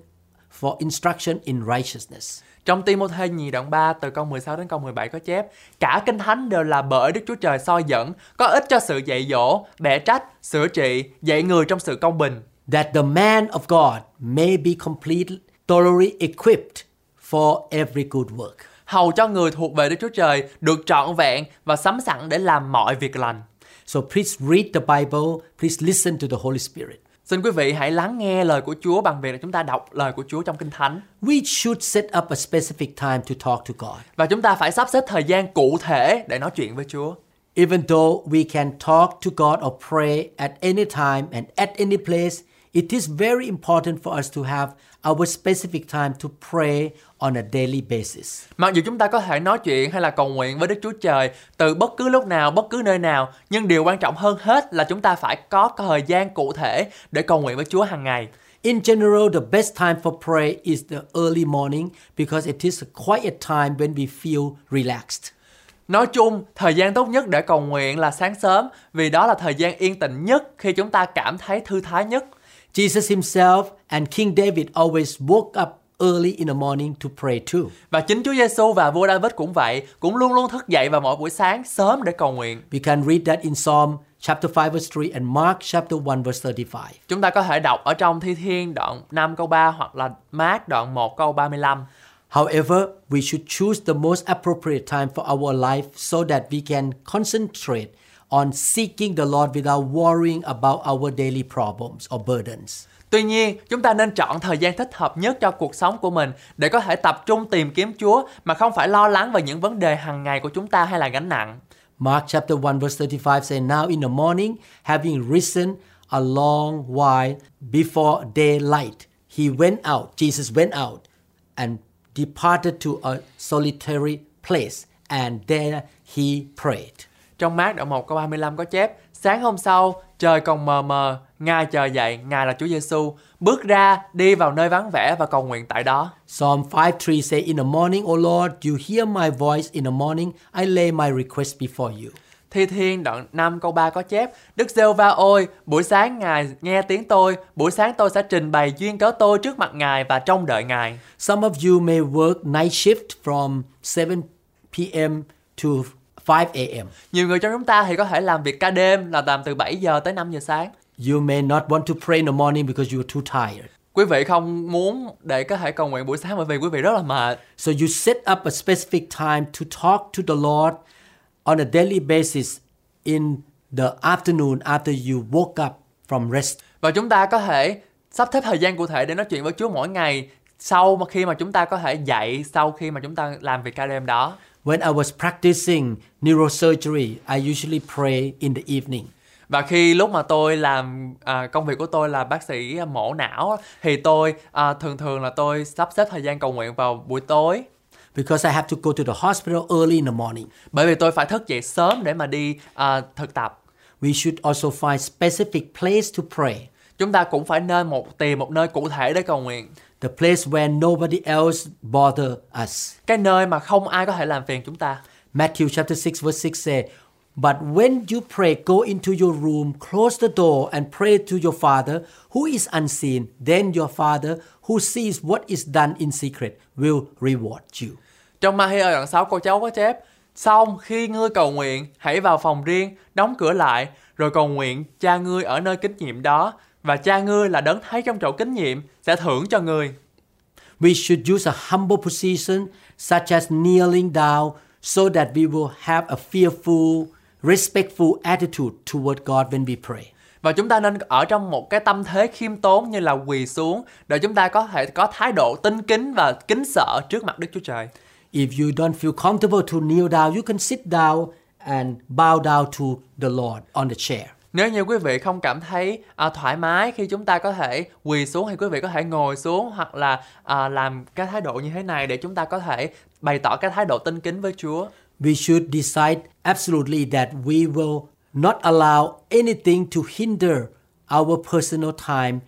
for instruction in righteousness.
Trong Timôthê nhì đoạn 3 từ câu 16 đến câu 17 có chép Cả Kinh Thánh đều là bởi Đức Chúa Trời soi dẫn, có ích cho sự dạy dỗ, bẻ trách, sửa trị, dạy người trong sự công bình.
that the man of God may be complete, thoroughly equipped for every good work.
Hầu cho người thuộc về Đức Chúa Trời được trọn vẹn và sắm sẵn để làm mọi việc lành.
So please read the Bible, please listen to the Holy Spirit.
Xin quý vị hãy lắng nghe lời của Chúa bằng việc là chúng ta đọc lời của Chúa trong Kinh Thánh.
We should set up a specific time to talk to God.
Và chúng ta phải sắp xếp thời gian cụ thể để nói chuyện với Chúa.
Even though we can talk to God or pray at any time and at any place, it is very important for us to have our specific time to pray on a daily basis.
Mặc dù chúng ta có thể nói chuyện hay là cầu nguyện với Đức Chúa Trời từ bất cứ lúc nào, bất cứ nơi nào, nhưng điều quan trọng hơn hết là chúng ta phải có thời gian cụ thể để cầu nguyện với Chúa hàng ngày.
In general, the best time for prayer is the early morning because it is a quiet time when we feel relaxed.
Nói chung, thời gian tốt nhất để cầu nguyện là sáng sớm vì đó là thời gian yên tĩnh nhất khi chúng ta cảm thấy thư thái nhất.
Jesus himself and King David always woke up early in the morning to pray too.
Và chính Chúa Giêsu và vua David cũng vậy, cũng luôn luôn thức dậy vào mỗi buổi sáng sớm để cầu nguyện.
We can read that in Psalm chapter 5 verse 3 and Mark chapter 1 verse 35.
Chúng ta có thể đọc ở trong Thi Thiên đoạn 5 câu 3 hoặc là Mát đoạn 1 câu 35.
However, we should choose the most appropriate time for our life so that we can concentrate on seeking the Lord without worrying about our daily problems or burdens.
Tuy nhiên, chúng ta nên chọn thời gian thích hợp nhất cho cuộc sống của mình để có thể tập trung tìm kiếm Chúa mà không phải lo lắng về những vấn đề hàng ngày của chúng ta hay là gánh nặng.
Mark chapter 1 verse 35 says, Now in the morning, having risen a long while before daylight, he went out, Jesus went out and departed to a solitary place and there he prayed.
Trong mát đoạn 1 câu 35 có chép, sáng hôm sau, trời còn mờ mờ, Ngài chờ dậy, Ngài là Chúa Giêsu bước ra, đi vào nơi vắng vẻ và cầu nguyện tại đó.
Psalm 5:3 says, In the morning, O Lord, you hear my voice. In the morning, I lay my request before you.
Thi Thiên đoạn 5 câu 3 có chép Đức giê va ôi, buổi sáng Ngài nghe tiếng tôi, buổi sáng tôi sẽ trình bày duyên cớ tôi trước mặt Ngài và trông đợi Ngài.
Some of you may work night shift from 7 p.m. to 5 a.m.
Nhiều người trong chúng ta thì có thể làm việc ca đêm là làm từ 7 giờ tới 5 giờ sáng.
You may not want to pray in the morning because you are too tired.
Quý vị không muốn để có thể cầu nguyện buổi sáng bởi vì quý vị rất là mệt.
So you set up a specific time to talk to the Lord on a daily basis in the afternoon after you woke up from rest.
Và chúng ta có thể sắp xếp thời gian cụ thể để nói chuyện với Chúa mỗi ngày sau mà khi mà chúng ta có thể dậy sau khi mà chúng ta làm việc ca đêm đó.
When I was practicing neurosurgery, I usually pray in the evening.
Và khi lúc mà tôi làm à, công việc của tôi là bác sĩ mổ não á, thì tôi à, thường thường là tôi sắp xếp thời gian cầu nguyện vào buổi tối
because I have to go to the hospital early in the morning.
bởi vì tôi phải thức dậy sớm để mà đi à, thực tập.
We should also find specific place to pray,
Chúng ta cũng phải nên một tìm một nơi cụ thể để cầu nguyện,
the place where nobody else bother us.
cái nơi mà không ai có thể làm phiền chúng ta.
Matthew chapter 6 verse 6 says, But when you pray, go into your room, close the door, and pray to your Father who is unseen. Then your Father who sees what is done in secret will reward you.
Trong Mahia đoạn 6 cô cháu có chép Xong khi ngươi cầu nguyện, hãy vào phòng riêng, đóng cửa lại, rồi cầu nguyện cha ngươi ở nơi kính nhiệm đó, và cha ngươi là đấng thấy trong chỗ kính nhiệm, sẽ thưởng cho ngươi.
We should use a humble position, such as kneeling down, so that we will have a fearful, respectful attitude toward God when we pray.
Và chúng ta nên ở trong một cái tâm thế khiêm tốn như là quỳ xuống, để chúng ta có thể có thái độ tinh kính và kính sợ trước mặt Đức Chúa Trời.
If you don't feel comfortable to kneel down, you can sit down and bow down to the Lord on the chair.
Nếu như quý vị không cảm thấy à, thoải mái khi chúng ta có thể quỳ xuống thì quý vị có thể ngồi xuống hoặc là à, làm cái thái độ như thế này để chúng ta có thể bày tỏ cái thái độ tinh kính với Chúa.
We should decide absolutely that we will not allow anything to hinder our personal time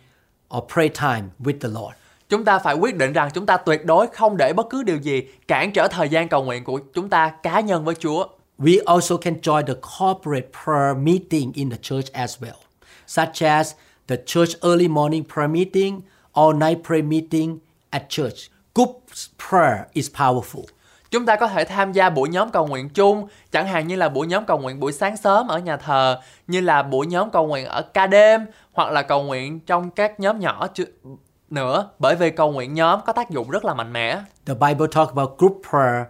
or prayer time with the Lord.
Chúng ta phải quyết định rằng chúng ta tuyệt đối không để bất cứ điều gì cản trở thời gian cầu nguyện của chúng ta cá nhân với Chúa.
We also can join the corporate prayer meeting in the church as well, such as the church early morning prayer meeting, all night prayer meeting at church. Group prayer is powerful.
Chúng ta có thể tham gia buổi nhóm cầu nguyện chung, chẳng hạn như là buổi nhóm cầu nguyện buổi sáng sớm ở nhà thờ, như là buổi nhóm cầu nguyện ở ca đêm hoặc là cầu nguyện trong các nhóm nhỏ chứ nữa, bởi vì cầu nguyện nhóm có tác dụng rất là mạnh mẽ.
The Bible talks about group prayer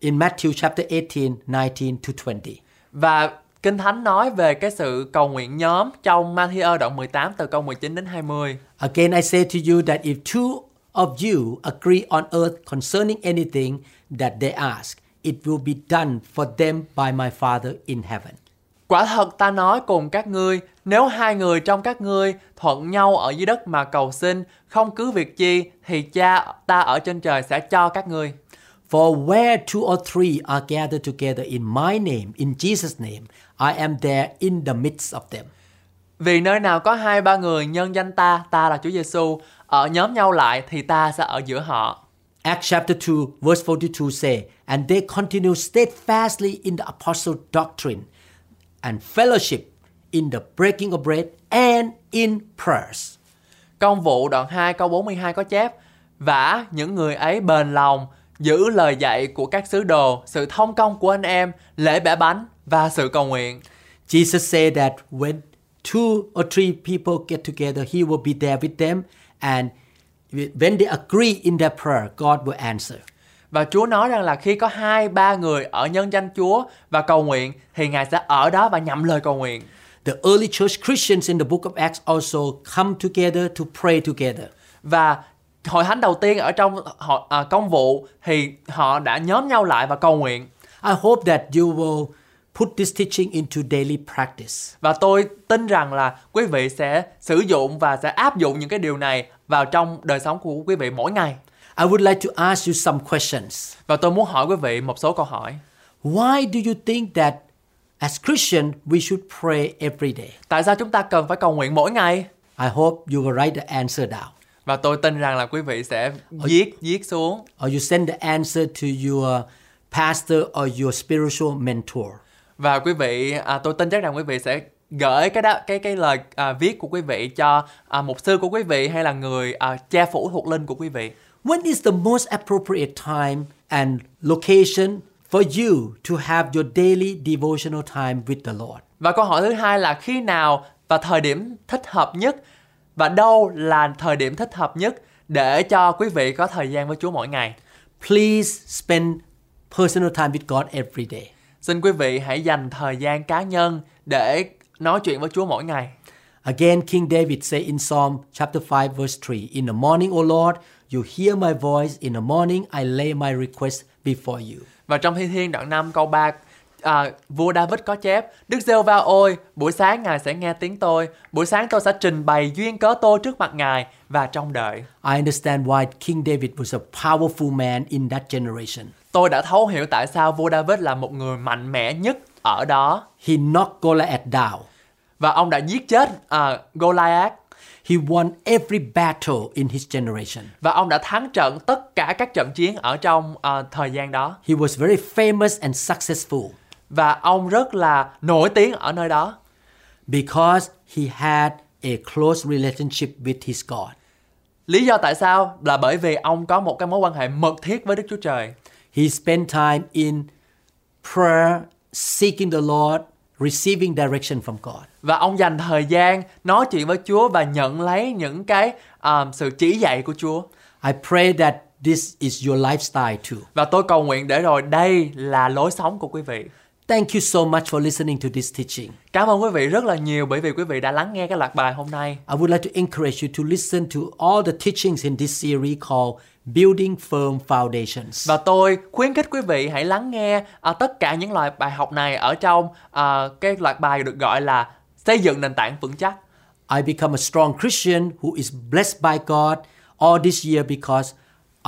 in Matthew chapter 18, 19 to 20.
Và Kinh Thánh nói về cái sự cầu nguyện nhóm trong Matthew đoạn 18 từ câu 19 đến 20.
Again, I say to you that if two of you agree on earth concerning anything that they ask, it will be done for them by my Father in heaven.
Quả thật ta nói cùng các ngươi, nếu hai người trong các ngươi thuận nhau ở dưới đất mà cầu xin, không cứ việc chi, thì cha ta ở trên trời sẽ cho các ngươi.
For where two or three are gathered together in my name, in Jesus' name, I am there in the midst of them.
Vì nơi nào có hai ba người nhân danh ta, ta là Chúa Giêsu, ở nhóm nhau lại thì ta sẽ ở giữa họ.
Acts chapter 2, verse 42 say, And they continue steadfastly in the apostle doctrine and fellowship, in the breaking of bread, and in prayers.
Công vụ đoạn 2 câu 42 có chép Vả những người ấy bền lòng, giữ lời dạy của các sứ đồ, sự thông công của anh em, lễ bẻ bánh và sự cầu nguyện.
Jesus said that when two or three people get together, he will be there with them, and when they agree in their prayer, God will answer.
Và Chúa nói rằng là khi có hai ba người ở nhân danh Chúa và cầu nguyện thì Ngài sẽ ở đó và nhậm lời cầu nguyện.
The early church Christians in the book of Acts also come together to pray together.
Và hội thánh đầu tiên ở trong họ à, công vụ thì họ đã nhóm nhau lại và cầu nguyện.
I hope that you will put this teaching into daily practice.
Và tôi tin rằng là quý vị sẽ sử dụng và sẽ áp dụng những cái điều này vào trong đời sống của quý vị mỗi ngày.
I would like to ask you some questions.
Và tôi muốn hỏi quý vị một số câu hỏi.
Why do you think that as Christian we should pray every day?
Tại sao chúng ta cần phải cầu nguyện mỗi ngày?
I hope you will write the answer down
Và tôi tin rằng là quý vị sẽ viết viết xuống
or you send the answer to your pastor or your spiritual mentor.
và quý vị à, tôi tin chắc rằng quý vị sẽ gửi cái đó, cái cái lời à, viết của quý vị cho à, mục sư của quý vị hay là người à, cha phủ thuộc linh của quý vị.
When is the most appropriate time and location for you to have your daily devotional time with the Lord?
Và câu hỏi thứ hai là khi nào và thời điểm thích hợp nhất và đâu là thời điểm thích hợp nhất để cho quý vị có thời gian với Chúa mỗi ngày.
Please spend personal time with God every day.
Xin quý vị hãy dành thời gian cá nhân để nói chuyện với Chúa mỗi ngày.
Again, King David say in Psalm chapter 5 verse 3, In the morning, O Lord, you hear my voice. In the morning, I lay my request before you.
Và trong Thi Thiên đoạn 5 câu 3 à, vua David có chép Đức giê va ôi buổi sáng ngài sẽ nghe tiếng tôi buổi sáng tôi sẽ trình bày duyên cớ tôi trước mặt ngài và trong đợi
I understand why King David was a powerful man in that generation.
tôi đã thấu hiểu tại sao vua David là một người mạnh mẽ nhất ở đó
He knocked Goliath down.
và ông đã giết chết à, Goliath
He won every battle in his generation.
và ông đã thắng trận tất cả các trận chiến ở trong à, thời gian đó
He was very famous and successful
và ông rất là nổi tiếng ở nơi đó
because he had a close relationship with his God.
lý do tại sao là bởi vì ông có một cái mối quan hệ mật thiết với Đức Chúa Trời
He spent time in prayer, seeking the Lord, receiving direction from God.
và ông dành thời gian nói chuyện với Chúa và nhận lấy những cái à, sự chỉ dạy của Chúa.
I pray that this is your lifestyle too.
Và tôi cầu nguyện để rồi đây là lối sống của quý vị.
Thank you so much for listening to this teaching.
Cảm ơn quý vị rất là nhiều bởi vì quý vị đã lắng nghe cái loạt bài hôm nay.
I would like to encourage you to listen to all the teachings in this series called Building Firm Foundations.
Và tôi khuyến khích quý vị hãy lắng nghe à, tất cả những loại bài học này ở trong à, cái loạt bài được gọi là xây dựng nền tảng vững chắc.
I become a strong Christian who is blessed by God all this year because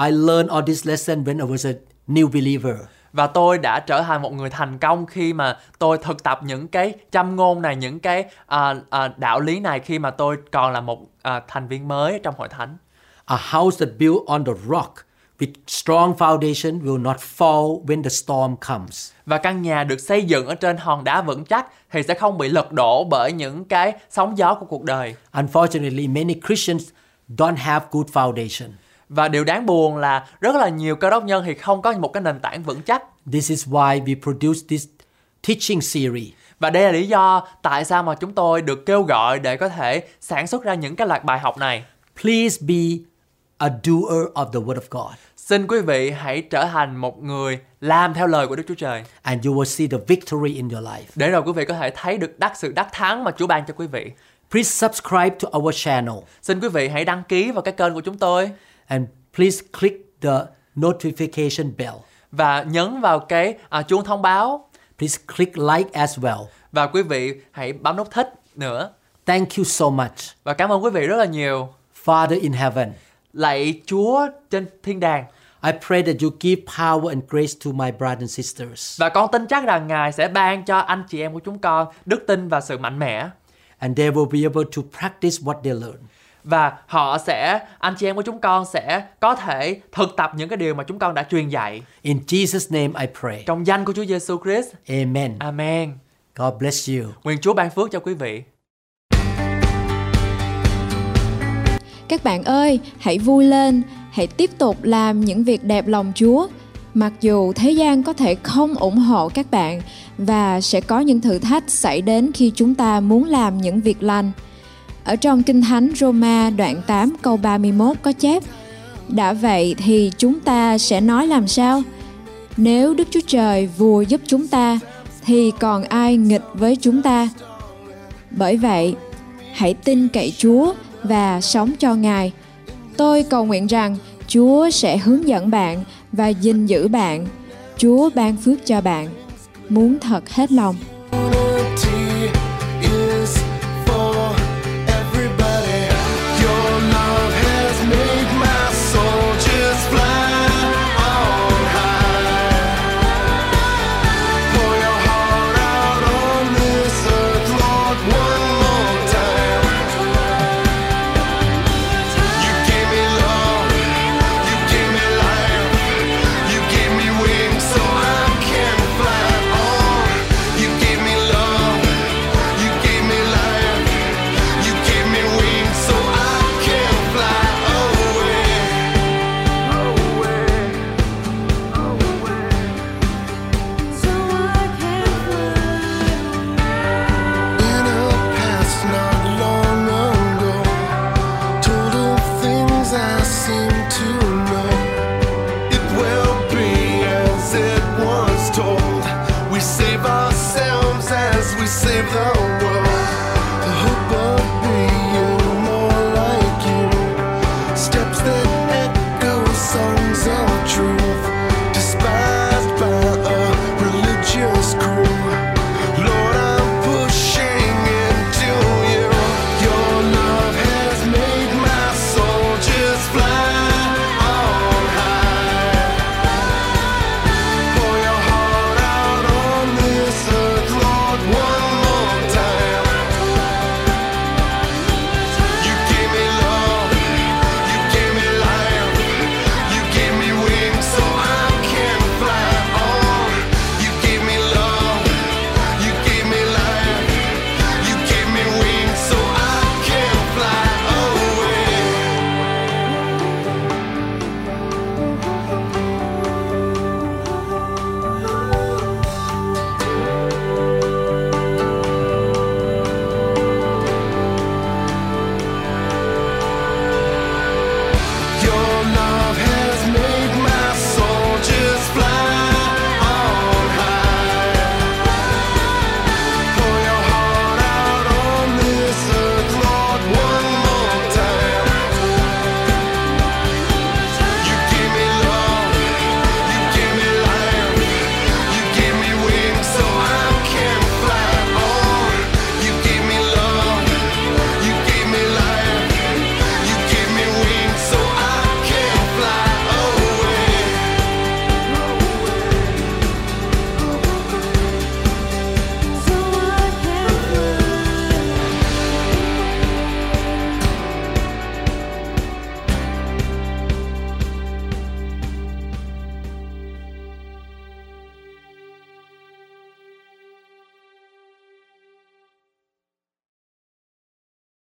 I learned all this lesson when I was a new believer.
Và tôi đã trở thành một người thành công khi mà tôi thực tập những cái châm ngôn này, những cái à, à, đạo lý này khi mà tôi còn là một à, thành viên mới trong hội thánh.
A house that built on the rock with strong foundation will not fall when the storm comes.
Và căn nhà được xây dựng ở trên hòn đá vững chắc thì sẽ không bị lật đổ bởi những cái sóng gió của cuộc đời.
Unfortunately, many Christians don't have good foundation.
Và điều đáng buồn là rất là nhiều cơ đốc nhân thì không có một cái nền tảng vững chắc.
This is why we produce this teaching series.
Và đây là lý do tại sao mà chúng tôi được kêu gọi để có thể sản xuất ra những cái loạt bài học này.
Please be a doer of the word of God
Xin quý vị hãy trở thành một người làm theo lời của Đức Chúa Trời
and you will see the victory in your life.
để rồi quý vị có thể thấy được đắc sự đắc thắng mà Chúa ban cho quý vị.
Please subscribe to our channel
Xin quý vị hãy đăng ký vào cái kênh của chúng tôi
and please click the notification bell
và nhấn vào cái à, chuông thông báo
Please click like as well.
và quý vị hãy bấm nút thích nữa.
Thank you so much,
Và cảm ơn quý vị rất là nhiều.
Father in heaven.
Lạy Chúa trên thiên đàng
I pray that you give power and grace to my brothers and sisters,
và con tin chắc rằng Ngài sẽ ban cho anh chị em của chúng con đức tin và sự mạnh mẽ
and they will be able to practice what they learn.
và họ sẽ anh chị em của chúng con sẽ có thể thực tập những cái điều mà chúng con đã truyền dạy
In Jesus' name I pray.
trong danh của Chúa Giêsu Christ.
Amen.
Amen.
God bless you.
Nguyện Chúa ban phước cho quý vị.
Các bạn ơi, hãy vui lên, hãy tiếp tục làm những việc đẹp lòng Chúa. Mặc dù thế gian có thể không ủng hộ các bạn và sẽ có những thử thách xảy đến khi chúng ta muốn làm những việc lành. Ở trong Kinh Thánh Roma đoạn 8 câu 31 có chép Đã vậy thì chúng ta sẽ nói làm sao? Nếu Đức Chúa Trời vừa giúp chúng ta thì còn ai nghịch với chúng ta? Bởi vậy, hãy tin cậy Chúa và sống cho Ngài. Tôi cầu nguyện rằng Chúa sẽ hướng dẫn bạn và gìn giữ bạn. Chúa ban phước cho bạn. Muốn thật hết lòng.
Oh, Oh,